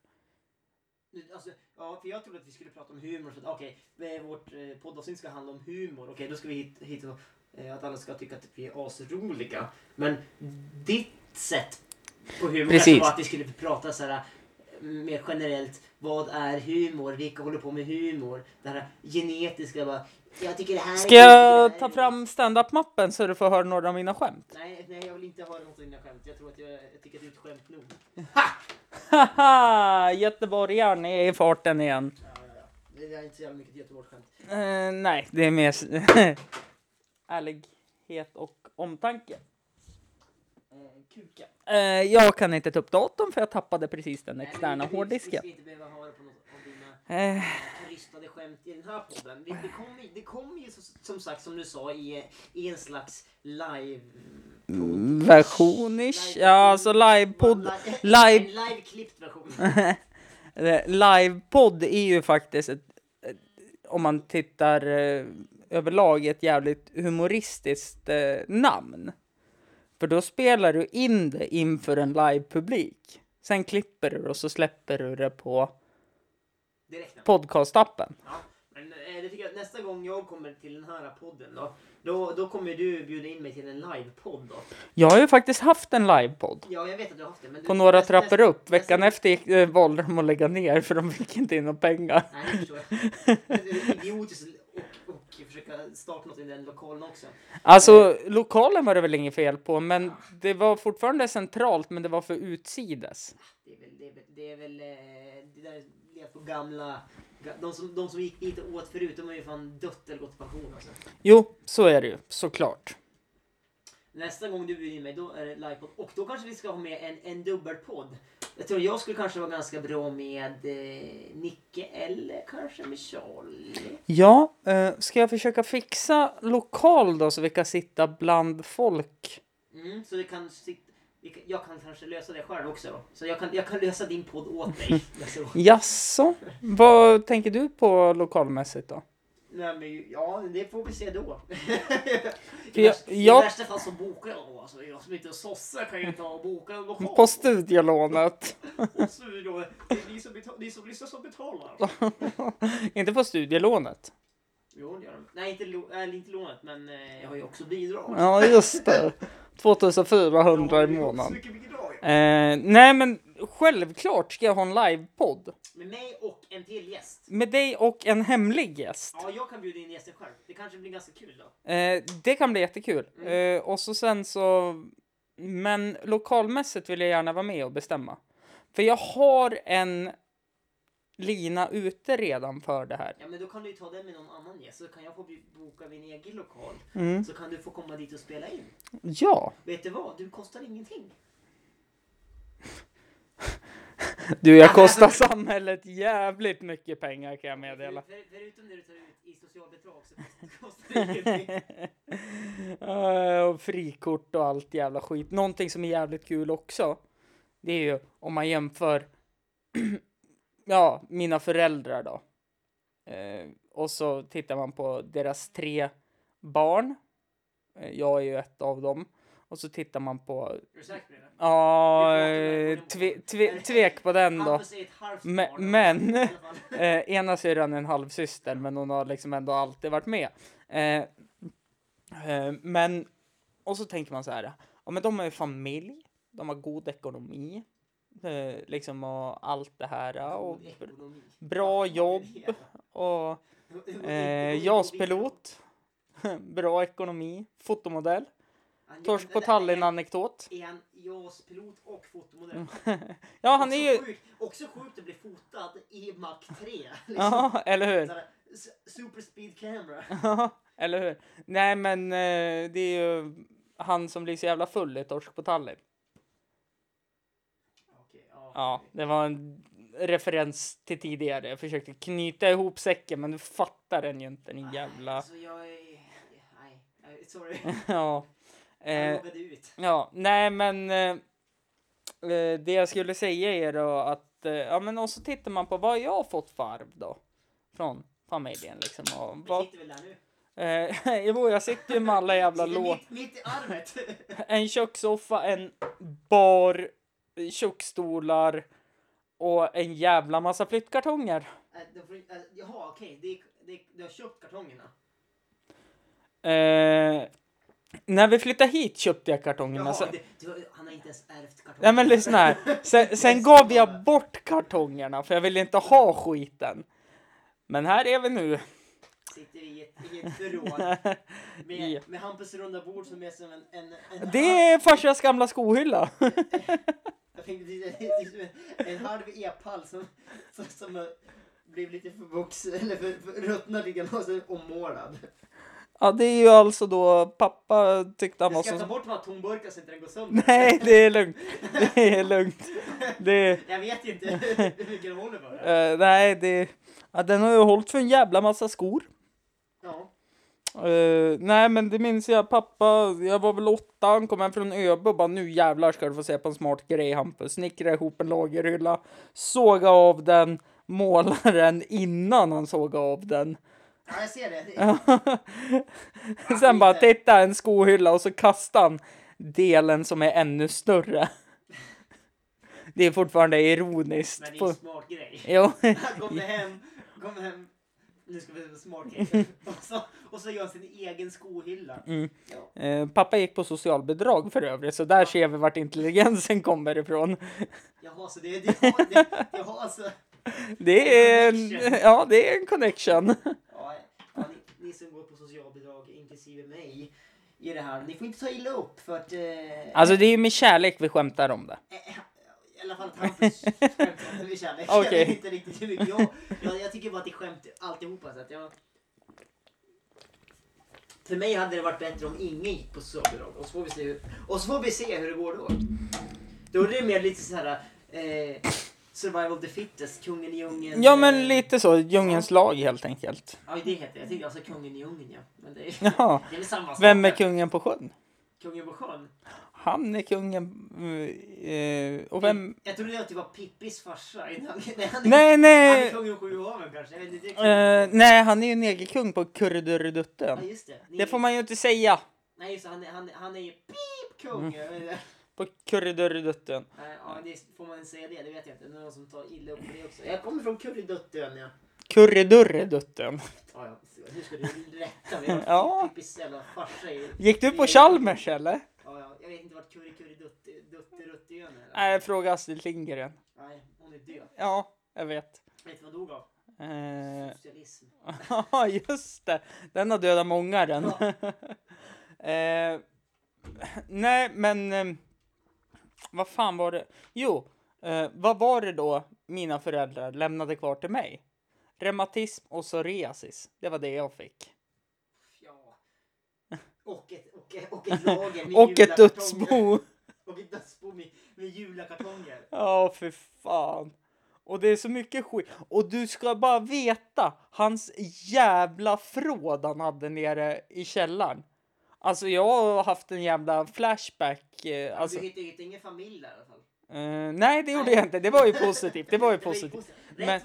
Speaker 3: Nu, Alltså, ja, för jag trodde att vi skulle prata om humor. så att, Okej, okay, vårt eh, poddavsnitt ska handla om humor. Okej, då ska vi hit, hit och, eh, att alla ska tycka att vi är asroliga. Men ditt sätt på humor kanske
Speaker 2: Precis.
Speaker 3: var att vi skulle prata så här eh, mer generellt. Vad är humor? Vilka håller på med humor? Det här genetiska bara. Jag tycker det här
Speaker 2: Ska
Speaker 3: kul, jag
Speaker 2: jag
Speaker 3: tycker det här
Speaker 2: ta
Speaker 3: är-
Speaker 2: fram stand-up-mappen så du får höra några av mina skämt?
Speaker 3: Nej, nej, jag vill inte höra något av dina skämt. Jag tror att jag, jag tycker att du är ett skämt nog.
Speaker 2: Haha! Göteborgaren är i farten igen.
Speaker 3: Ja, ja, ja. Det är inte så jävla mycket Göteborgsskämt.
Speaker 2: Eh, nej, det är mer s- ärlighet och omtanke.
Speaker 3: Eh, kuka.
Speaker 2: Eh, jag kan inte ta upp datorn för jag tappade precis den
Speaker 3: Nej, men
Speaker 2: externa
Speaker 3: vi- vi- Vi
Speaker 2: hårddisken.
Speaker 3: ska inte behöva höra på något av dina
Speaker 2: Eh,
Speaker 3: krystade skämt i den här podden. Vi, det kommer ju, det kom ju så- som sagt som du sa i, i en slags live...
Speaker 2: Versionish? Ja, alltså livepodd.
Speaker 3: En
Speaker 2: Live,
Speaker 3: live-klippt version.
Speaker 2: eh, livepodd är ju faktiskt, ett, ett, om man tittar eh, överlag, ett jävligt humoristiskt eh, namn. För då spelar du in det inför en livepublik. Sen klipper du och så släpper du det på
Speaker 3: Direkt nu.
Speaker 2: podcastappen.
Speaker 3: Ja, men eh, det tycker jag att nästa gång jag kommer till den här podden då, då, då kommer du bjuda in mig till en live-podd då.
Speaker 2: Jag har ju faktiskt haft en livepodd.
Speaker 3: Ja, jag vet att du har haft det. Men du,
Speaker 2: På några
Speaker 3: nästa-
Speaker 2: trappor upp.
Speaker 3: nästa-
Speaker 2: Veckan efter gick, eh, valde de att lägga ner för de fick inte in några pengar.
Speaker 3: Nej, det förstår jag. Det är idiotiskt och, och försöka starta något i den lokalen också.
Speaker 2: Alltså lokalen var det väl inget fel på, men det var fortfarande centralt, men det var för utsides.
Speaker 3: Det är väl, det är väl, det är väl eh, det där lever på gamla, ga- de som, de som gick dit och åt förut, de har ju fan dött eller gått i pension alltså.
Speaker 2: Jo, så är det ju såklart.
Speaker 3: Nästa gång du bjuder in mig då är det livepodd och då kanske vi ska ha med en, en dubbelpodd. Jag tror jag skulle kanske vara ganska bra med eh, Nicke eller kanske med Charlie.
Speaker 2: Ja, eh, ska jag försöka fixa lokal då så vi kan sitta bland folk?
Speaker 3: Mm, så vi kan sitta, vi kan, jag kan kanske lösa det själv också då. Så jag kan, jag kan lösa din podd åt dig. Alltså.
Speaker 2: Jaså, vad tänker du på lokalmässigt då?
Speaker 3: Nej, men, ja, det får vi se då.
Speaker 2: För jag-
Speaker 3: I, värsta,
Speaker 2: jag-
Speaker 3: I värsta fall så bokar jag då. Alltså, jag som inte är sosse kan ju ta och boka en lokal.
Speaker 2: På studielånet?
Speaker 3: Så vi då- Det är ni som, betal, ni som lyssnar som betalar.
Speaker 2: inte på studielånet?
Speaker 3: Jo, det gör de. Nej, inte, lo- eller inte lånet, men eh, jag har ju också bidrag.
Speaker 2: Ja, just det.
Speaker 3: Jag
Speaker 2: 2400
Speaker 3: har
Speaker 2: i
Speaker 3: ju också
Speaker 2: månaden.
Speaker 3: mycket bidrag, ja.
Speaker 2: Eh, nej, men självklart ska jag ha en livepodd.
Speaker 3: Med mig och en till gäst.
Speaker 2: Med dig och en hemlig gäst.
Speaker 3: Ja, jag kan bjuda in gästen själv. Det kanske blir ganska kul då.
Speaker 2: Eh, det kan bli jättekul. Eh, och så sen så... Men lokalmässigt vill jag gärna vara med och bestämma. För jag har en lina ute redan för det här.
Speaker 3: Ja, men då kan du ju ta den med någon annan gäst. Så kan jag få bi- boka min egen lokal.
Speaker 2: Mm.
Speaker 3: Så kan du få komma dit och spela in.
Speaker 2: Ja,
Speaker 3: Vet du vad? Du kostar ingenting.
Speaker 2: du jag kostar samhället jävligt mycket pengar kan jag meddela.
Speaker 3: För, för, förutom det du tar ut i socialbidrag så kostar det ingenting.
Speaker 2: Eh, och frikort och allt jävla skit. Någonting som är jävligt kul också. Det är ju om man jämför. ja, mina föräldrar då. Eh, och så tittar man på deras tre barn. Eh, jag är ju ett av dem. Och så tittar man på.
Speaker 3: Är du säker på det?
Speaker 2: Ja,
Speaker 3: Det är
Speaker 2: eh,
Speaker 3: klart att man
Speaker 2: tve,
Speaker 3: får
Speaker 2: tve,
Speaker 3: den.
Speaker 2: tvek på den då.
Speaker 3: Hampus är ett halvt
Speaker 2: Me-
Speaker 3: barn,
Speaker 2: men-
Speaker 3: i alla fall.
Speaker 2: Eh, ena syrran är en halvsyster, men hon har liksom ändå alltid varit med. Eh, eh, men, och så tänker man så här, ja men de har ju familj, de har god ekonomi, eh, liksom och allt det här och
Speaker 3: God ekonomi.
Speaker 2: bra jobb och eh, JAS-pilot, bra ekonomi, fotomodell.
Speaker 3: Han-
Speaker 2: Torsk på
Speaker 3: det där är
Speaker 2: Tallinn-anekdot.
Speaker 3: En JAS-pilot och fotomodell.
Speaker 2: Ja, Mm. han är ju...
Speaker 3: Också sjukt, också sjukt att bli fotad i Mac 3. Liksom.
Speaker 2: Ja, eller hur?
Speaker 3: Såhär, s- Super speed camera.
Speaker 2: Ja, eller hur? Nej, men eh, det är ju han som blir så jävla full i Torsk på Tallinn.
Speaker 3: Okej, ja.
Speaker 2: Ja, det var en referens till tidigare. Jag försökte knyta ihop säcken, men du fattar den ju inte, din jävla...
Speaker 3: Alltså jag är... Nej, nej, sorry.
Speaker 2: Ja.
Speaker 3: Jag
Speaker 2: Eh,
Speaker 3: jobbade ut.
Speaker 2: ja, nej, men... Eh, eh, det jag skulle säga är då att... Eh, ja, men och så tittar man på vad har jag har fått för arv då? Från familjen liksom. Och
Speaker 3: Vi
Speaker 2: vad,
Speaker 3: sitter väl där nu?
Speaker 2: eh, jo, jag sitter ju med alla jävla
Speaker 3: Sitter
Speaker 2: låt.
Speaker 3: mitt, mitt i arvet.
Speaker 2: En kökssoffa, en bar, eh, köksstolar och en jävla massa flyttkartonger.
Speaker 3: Äh, då får du- äh, Jaha, okej. Det är- det är- Du har köpt kartongerna.
Speaker 2: Eh, när vi flyttade hit köpte jag kartongerna.
Speaker 3: Jaha,
Speaker 2: sen,
Speaker 3: det, du, har- han har inte ens ärvt kartongerna.
Speaker 2: alltså- nej men lyssna här. Sen, sen
Speaker 3: Yes,
Speaker 2: gav jag
Speaker 3: bara.
Speaker 2: bort kartongerna för jag ville inte ha skiten. Men här är vi nu.
Speaker 3: Sitter i ett, i ett förråd med,
Speaker 2: Ja.
Speaker 3: med Hampus runda bord som är som en... en, en
Speaker 2: Det är farsans gamla skohylla.
Speaker 3: Jag tänkte precis- det är som en- en halv e-pall som, som, som eh, blev lite för vuxen, eller för, för ruttnad lite och sen ommålad.
Speaker 2: Ja, det är ju alltså då pappa tyckte han var
Speaker 3: Jag ska
Speaker 2: så...
Speaker 3: ta bort de här tomburkarna så inte den går sönder.
Speaker 2: Nej, det är lugnt. Det är lugnt. Det är...
Speaker 3: Jag vet inte hur mycket de håller för. det.
Speaker 2: Eh, nej, det... Ja, den har ju hållit för en jävla massa skor.
Speaker 3: Ja.
Speaker 2: Eh, nej, men det minns jag. Pappa, jag var väl åtta, han kom hem från Öbo och bara nu jävlar ska du få se på en smart grej Hampus. Snickra ihop en lagerhylla, såga av den, måla den innan han såg av den.
Speaker 3: ja, jag ser det.
Speaker 2: Sen bara titta, en skohylla och så kastar han delen som är ännu större. Det är fortfarande ironiskt.
Speaker 3: Men det är
Speaker 2: på-
Speaker 3: en smart grej.
Speaker 2: Jo.
Speaker 3: Han kommer hem, kommer hem. Nu ska vi ha en smart grej. Och så, och så gör han sin egen skohylla. Ja.
Speaker 2: Eh, pappa gick på socialbidrag för övrigt, så där ser vi vart intelligensen kommer ifrån.
Speaker 3: Jaha, så det, det, har, det, det har alltså...
Speaker 2: Det är en,
Speaker 3: Connection.
Speaker 2: ja, det är en connection.
Speaker 3: Ja, ja ni, ni som går på socialbidrag, inklusive mig, i det här. Ni får inte ta illa upp för att... Eh,
Speaker 2: Alltså det är ju med kärlek vi skämtar om det.
Speaker 3: eh, I alla fall Hampus skämtar med kärlek. Jag
Speaker 2: Okej.
Speaker 3: vet inte riktigt hur mycket jag... Jag, jag tycker bara att det är skämt alltihopa. Så att jag, för mig hade det varit bättre om ingen gick på socialbidrag. Och så får vi se hur, och så får vi se hur det går då. Då är det mer lite så här... Eh, survival of the fittest, kungen i djungeln.
Speaker 2: Ja
Speaker 3: eh,
Speaker 2: men lite så, djungelns lag helt enkelt.
Speaker 3: Ja, det heter det. Jag tänkte alltså kungen i djungeln, ja. Men det är,
Speaker 2: Jaha.
Speaker 3: det är väl samma sak.
Speaker 2: Vem är kungen på sjön?
Speaker 3: Kungen på sjön?
Speaker 2: Han är kungen... eh, Och vem...
Speaker 3: Jag trodde att det var Pippis farsa innan. Nej, han är,
Speaker 2: Nej,
Speaker 3: Han
Speaker 2: nej!
Speaker 3: är kungen på sju haven kanske. Jag vet inte. Det är
Speaker 2: Eh,
Speaker 3: kungen.
Speaker 2: nej, han är ju negerkung på
Speaker 3: ja,
Speaker 2: Kurredurudutten.
Speaker 3: just det. Ni,
Speaker 2: Det får man ju inte säga
Speaker 3: Nej, just det. Han, är- han, är- han är ju pip-kung.
Speaker 2: Mm.
Speaker 3: Nej,
Speaker 2: på Kurredurudutten.
Speaker 3: Ja, det får man ens säga det? Det vet jag inte. Det är någon som tar illa upp på det också. Jag kommer från Kurreduttön, ja.
Speaker 2: Kurredurredutten.
Speaker 3: Ja, ja. så Nu ska du rätta mig.
Speaker 2: Ja.
Speaker 3: Pippis jävla farsa i...
Speaker 2: Gick du på Chalmers eller?
Speaker 3: Ja, ja. Jag vet inte vart Kurrekurreduttön är.
Speaker 2: Nej, fråga Astrid Lindgren.
Speaker 3: Nej, hon är död.
Speaker 2: Ja, jag vet.
Speaker 3: Vet du vad hon dog av?
Speaker 2: Eh,
Speaker 3: Socialism.
Speaker 2: Ja, just det. Den har dödat många den. eh, nej, men eh, vad fan var det? Jo, eh, vad var det då mina föräldrar lämnade kvar till mig? Reumatism och psoriasis. Det var det jag fick.
Speaker 3: Ja. Och ett, och, ett- och ett lager med
Speaker 2: Och ett
Speaker 3: julakartonger.
Speaker 2: dödsbo.
Speaker 3: Och ett dödsbo med, med julakartonger.
Speaker 2: Ja, för fan. Och det är så mycket skit. Och du ska bara veta, hans jävla fråd han hade nere i källaren. Alltså jag har haft en jävla flashback. Eh, alltså,
Speaker 3: du hittade ju ingen familj där i alla fall.
Speaker 2: eh, nej, det gjorde jag inte. Det var ju positivt. Det var ju positivt.
Speaker 3: Rätt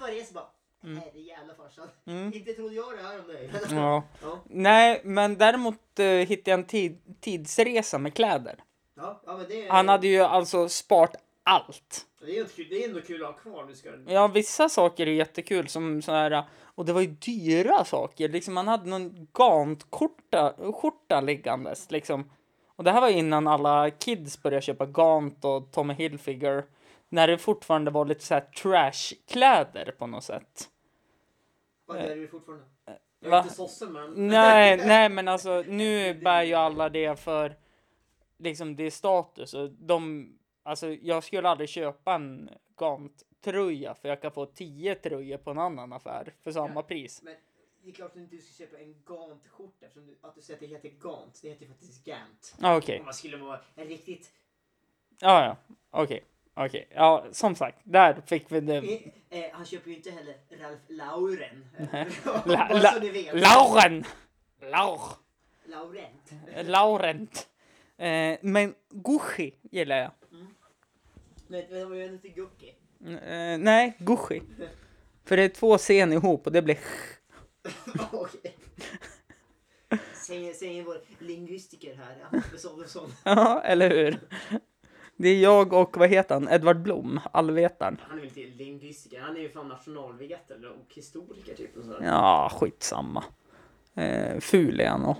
Speaker 2: Men- Mm.
Speaker 3: vad det är så bara, nej det är jävla farsan. Inte trodde jag det här om dig.
Speaker 2: Ja.
Speaker 3: Ja,
Speaker 2: Nej, men däremot eh, hittade jag en tid, tidsresa med kläder.
Speaker 3: ja, ja men det,
Speaker 2: Han hade ju alltså spart allt.
Speaker 3: det, är ju inte kul, det är ändå kul att ha kvar. Nu ska du-
Speaker 2: Ja, vissa saker är jättekul som så här. Och det var ju dyra saker. Liksom man hade någon Gant-skjorta skjorta liggandes liksom. Och det här var innan alla kids började köpa Gant och Tommy Hilfiger. När det fortfarande var lite så här trashkläder på något sätt.
Speaker 3: Vad gör du fortfarande? Jag är
Speaker 2: Eh, Va?
Speaker 3: inte sossen men.
Speaker 2: Nej, nej men alltså nu bär ju alla det för liksom det är status och de, alltså jag skulle aldrig köpa en Gant-tröja för jag kan få tio tröjor på en annan affär för samma
Speaker 3: Ja.
Speaker 2: pris.
Speaker 3: Men det är klart att du inte ska köpa en Gant-skjorta eftersom du, att du säger att det heter Gant. Det heter ju faktiskt Gant.
Speaker 2: Ja, Okej,
Speaker 3: Om man skulle vara en riktigt...
Speaker 2: ja, ja, okej, okej. Ja, som sagt, där fick vi det.
Speaker 3: Eh, eh, han köper ju inte heller Ralf Lauren.
Speaker 2: La,
Speaker 3: Bara
Speaker 2: la,
Speaker 3: så ni vet.
Speaker 2: Lauren! Laur!
Speaker 3: Laurent.
Speaker 2: Laurent. Eh, men Gucci gillar jag.
Speaker 3: Men, men vad gör du till Gucci?
Speaker 2: Eh, nej, Gucci. För det är två scen ihop och det blir
Speaker 3: Okej. Säger, säger vår lingvistiker här, Hampus Adolfsson.
Speaker 2: Ja, eller hur? Det är jag och, vad heter han, Edvard Blom, allvetaren.
Speaker 3: Han är väl inte lingvistiker, han är ju fan nationalvetare och historiker typ. Och sådär.
Speaker 2: Ja, skitsamma. Eh, ful är han och...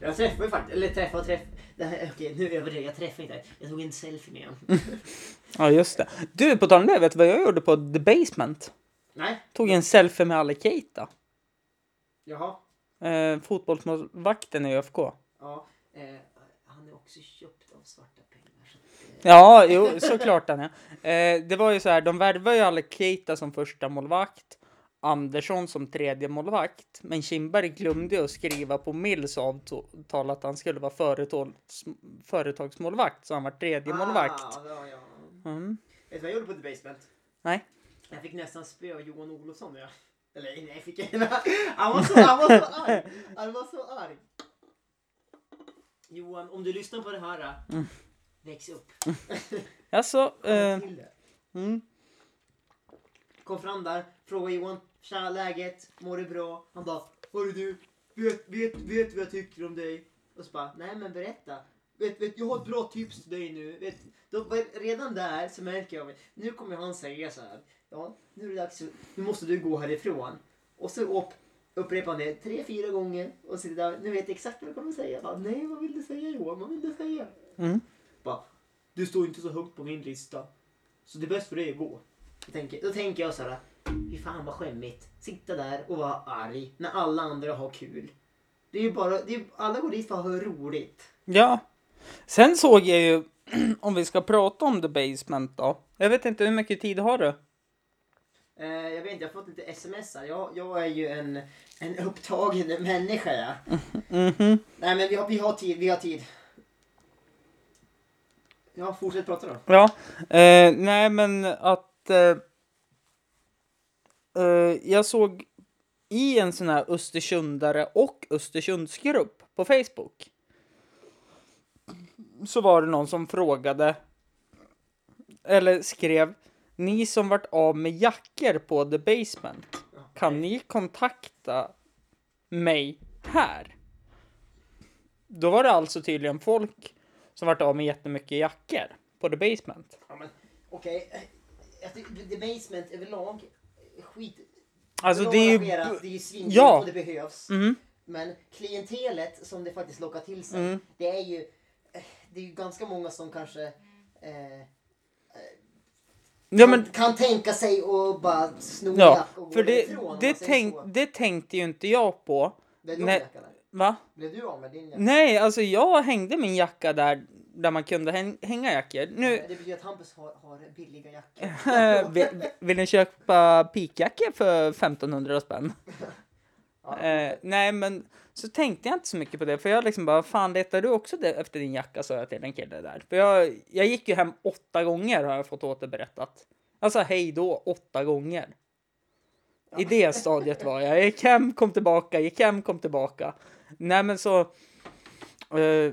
Speaker 3: Jag träffade ju faktiskt, eller träffade och träffade. Det här- Okej, nu överdrev jag, jag träffade inte. Jag tog en selfie med honom.
Speaker 2: Ja, just det. Du, på tal om det, vet du vad jag gjorde på The Basement?
Speaker 3: Nej,
Speaker 2: Tog en selfie med Ali Keita.
Speaker 3: jaha.
Speaker 2: Eh, fotbollsmålvakten i ÖFK.
Speaker 3: Ja, eh, han är också köpt av svarta pengar. Så att, eh,
Speaker 2: Ja, jo, såklart han är. Eh, det var ju så här, de värvade ju alla Keita som första målvakt, Andersson som tredje målvakt, men Kindberg glömde ju att skriva på Mills avtal att han skulle vara företags, företagsmålvakt, så han var tredje målvakt.
Speaker 3: Ah, ja, ja.
Speaker 2: Mm.
Speaker 3: Vet du vad jag gjorde på The Basement?
Speaker 2: Nej.
Speaker 3: Jag fick nästan spö av Johan Olofsson. Ja. Eller nej, fick jag han, var så, han var så arg. Han var så arg. Johan, om du lyssnar på det här, väx upp.
Speaker 2: Alltså, eh,
Speaker 3: Till det.
Speaker 2: mm.
Speaker 3: Kom fram där, fråga Johan, tja läget, mår du bra? Han bara, hörru du, vet, vet, vet vad jag tycker om dig? Och så bara, nej men berätta. Vet, vet, jag har ett bra tips till dig nu. Vet, då, var- redan där så märker jag, nu kommer han säga så här, ja nu är det dags, nu måste du gå härifrån. Och så upp, upprepar han det tre, fyra gånger och sitter där, nu vet jag exakt vad jag kommer säga. Jag Bara, nej vad vill du säga Johan, vad vill du säga?
Speaker 2: Mm.
Speaker 3: Bara, du står inte så högt på min lista. Så det är bäst för dig att gå. Jag tänker, då tänker jag så här. Fy fan vad skämmigt. Sitta där och vara arg när alla andra har kul. Det är ju bara, det är, ju- alla går dit för att ha roligt.
Speaker 2: Ja. Sen såg jag ju, om vi ska prata om The Basement då. Jag vet inte, hur mycket tid har du?
Speaker 3: Eh, jag vet inte, jag har fått lite sms här. Jag, jag är ju en, en upptagen människa ja.
Speaker 2: Mhm.
Speaker 3: Nej men vi har, vi har tid, vi har tid. Ja, fortsätt prata då.
Speaker 2: Ja, eh, nej men att eh, eh, jag såg i en sån här Östersundare och Östersundsgrupp på Facebook. Så var det någon som frågade eller skrev ni som vart av med jackor på The Basement kan ni kontakta mig här? Då var det alltså tydligen folk som vart av med jättemycket jackor på The Basement.
Speaker 3: Ja, men, Okej, eh, okay. jag tycker The Basement överlag, skit...
Speaker 2: Alltså
Speaker 3: bra
Speaker 2: det är ju...
Speaker 3: arrangerat, det är ju svindyrt
Speaker 2: Ja.
Speaker 3: och det behövs.
Speaker 2: Mm.
Speaker 3: Men klientelet som det faktiskt lockar till sig,
Speaker 2: Mm.
Speaker 3: det är ju eh, det är ju ganska många som kanske eh,
Speaker 2: Ja men...
Speaker 3: kan, kan tänka sig och bara sno
Speaker 2: Ja,
Speaker 3: jacka och
Speaker 2: för
Speaker 3: gå
Speaker 2: det,
Speaker 3: ifrån. om
Speaker 2: det,
Speaker 3: man säger
Speaker 2: tänk,
Speaker 3: så.
Speaker 2: det tänkte ju inte jag på.
Speaker 3: Blev du av
Speaker 2: nej.
Speaker 3: med jackan där?
Speaker 2: Va?
Speaker 3: Blev du av med din jacka?
Speaker 2: Nej, alltså jag hängde min jacka där, där man kunde häng, hänga jackor. Nu...
Speaker 3: Det betyder att Hampus har, har billiga jackor.
Speaker 2: eh, vill, vill ni köpa pikjackor för 1500 spänn?
Speaker 3: Ja.
Speaker 2: Eh, nej men så tänkte jag inte så mycket på det för jag liksom bara fan letar du också det, efter din jacka sa jag till en kille där. För jag, jag gick ju hem åtta gånger har jag fått återberättat. Alltså hej då åtta gånger. I det stadiet var jag. Jag gick hem, kom tillbaka, gick hem, kom tillbaka. Nej men så. eh,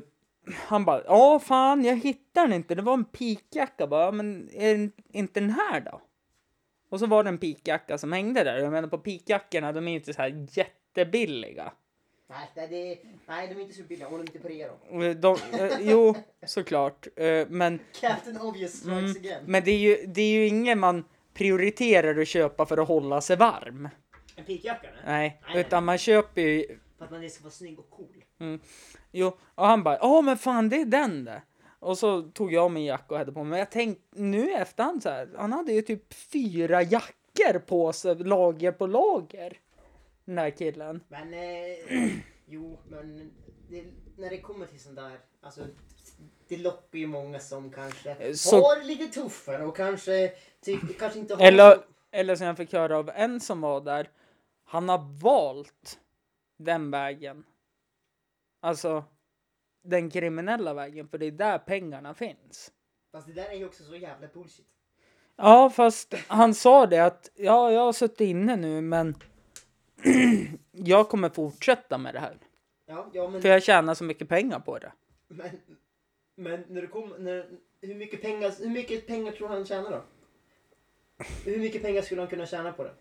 Speaker 2: han bara ja fan jag hittar den inte. Det var en pikjacka bara "Ja, men är den- inte den här då? Och så var det en pikjacka som hängde där. Jag menar på pikjackorna, de är ju inte så här jättebilliga.
Speaker 3: nej, det, det, nej, de är inte så billiga. Håll inte på det då.
Speaker 2: Eh, De, eh, jo, såklart. Eh, men,
Speaker 3: Captain Obvious
Speaker 2: Mm.
Speaker 3: strikes again.
Speaker 2: men det, är ju, det är ju inget man prioriterar att köpa för att hålla sig varm.
Speaker 3: En pikjacka? Nej.
Speaker 2: Nej,
Speaker 3: Nej.
Speaker 2: utan man köper ju...
Speaker 3: För att man ska vara snygg och cool.
Speaker 2: Jo, och han bara ja men fan det är den det. Och så tog jag min jacka och hade på mig. Men jag tänkte nu i efterhand så här, han hade ju typ fyra jackor på sig, lager på lager. Den där killen.
Speaker 3: Men eh, jo, men det, när det kommer till sånt där, alltså det lockar ju många som kanske
Speaker 2: Eh, Så-
Speaker 3: har lite tuffare och kanske, typ, kanske inte har...
Speaker 2: Eller, eller som jag fick höra av en som var där, han har valt den vägen. Alltså den kriminella vägen, för det är där pengarna finns.
Speaker 3: Fast det där är ju också så jävla bullshit.
Speaker 2: Ja, fast han sa det att ja, jag har suttit inne nu, men jag kommer fortsätta med det här.
Speaker 3: Ja, ja men,
Speaker 2: För jag tjänar så mycket pengar på det.
Speaker 3: men, men när du kom, när, hur, mycket pengar, hur mycket pengar tror han tjänar då? Hur mycket pengar skulle han kunna tjäna på det?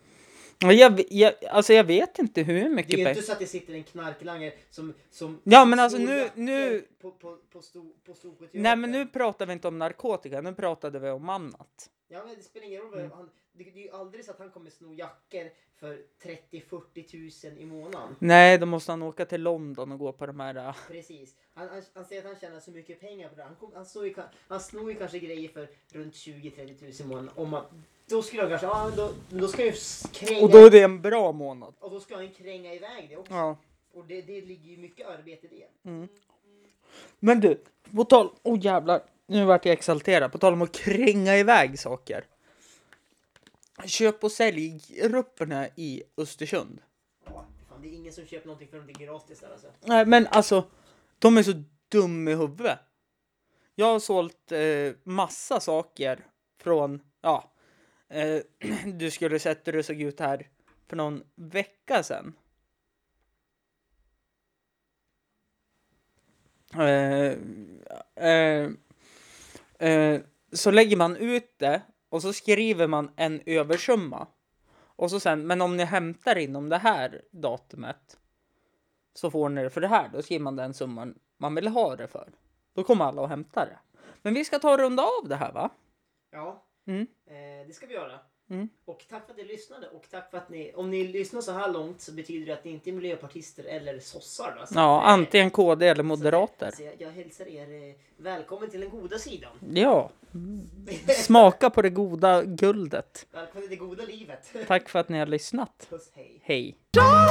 Speaker 2: Och jag, jag, alltså jag vet inte hur
Speaker 3: Det är
Speaker 2: mycket
Speaker 3: ju
Speaker 2: pengar.
Speaker 3: inte så att det sitter en knarklangare som... som
Speaker 2: Ja, men alltså,
Speaker 3: snor
Speaker 2: nu-
Speaker 3: jackor
Speaker 2: nu-
Speaker 3: På, på, på, stor, på Storsjöteatern.
Speaker 2: Nej, men nu pratar vi inte om narkotika, nu pratade vi om annat.
Speaker 3: Ja, men det spelar ingen roll. vad
Speaker 2: Mm.
Speaker 3: Han, det, det är ju aldrig så att han kommer sno jackor för 30-40 000 i månaden.
Speaker 2: Nej, då måste han åka till London och gå på de här... äh,
Speaker 3: Precis. Han, han, han säger att han tjänar så mycket pengar på det. Han, kom, han, snor, ju, ka- han snor ju kanske grejer för runt 20-30 000 i månaden. Om man, då skulle han kanske... Ja, då, då ska han ju s- kränga...
Speaker 2: Och då är det en bra månad.
Speaker 3: och då ska han ju kränga iväg det också.
Speaker 2: Ja.
Speaker 3: Och det, det ligger ju mycket arbete i det.
Speaker 2: Men du, på tal... Åh oh, jävlar, nu vart jag exalterad. På tal om att kränga iväg saker. Köp och sälj-grupperna i Östersund.
Speaker 3: Ja, fan, det är ingen som köper någonting för att det är gratis där alltså.
Speaker 2: Nej, men alltså, de är så dumma i huvudet. Jag har sålt eh, massa saker från, ja, eh, du skulle sett hur det såg ut här för någon vecka sedan. Eh, eh, eh, så lägger man ut det och så skriver man en översumma. Och så sen, men om ni hämtar inom det här datumet så får ni det för det här. Då skriver man den summan man vill ha det för. Då kommer alla och hämtar det. Men vi ska ta och runda av det här va?
Speaker 3: Ja,
Speaker 2: Mm.
Speaker 3: eh, det ska vi göra.
Speaker 2: Mm.
Speaker 3: Och tack för att ni lyssnade. Och tack för att ni, om ni lyssnar så här långt så betyder det att ni inte är miljöpartister eller sossar. Då. Så
Speaker 2: Ja,
Speaker 3: att, eh,
Speaker 2: antingen KD eller
Speaker 3: så att-
Speaker 2: moderater.
Speaker 3: Så jag, jag hälsar er eh, välkommen till den goda sidan.
Speaker 2: Ja, smaka på det goda guldet.
Speaker 3: välkommen till det goda livet.
Speaker 2: Tack för att ni har lyssnat.
Speaker 3: Puss, hej.
Speaker 2: Hej!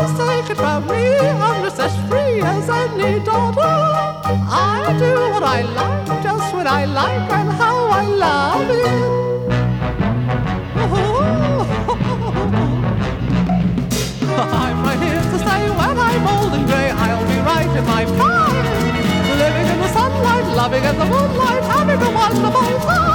Speaker 1: Just take it from me, I'm just as free as any daughter. I do what I like, just what I like, and how I love it. I'm right here to say when I'm old and grey, I'll be right in my prime. Living in the sunlight, loving in the moonlight, having a wonderful time.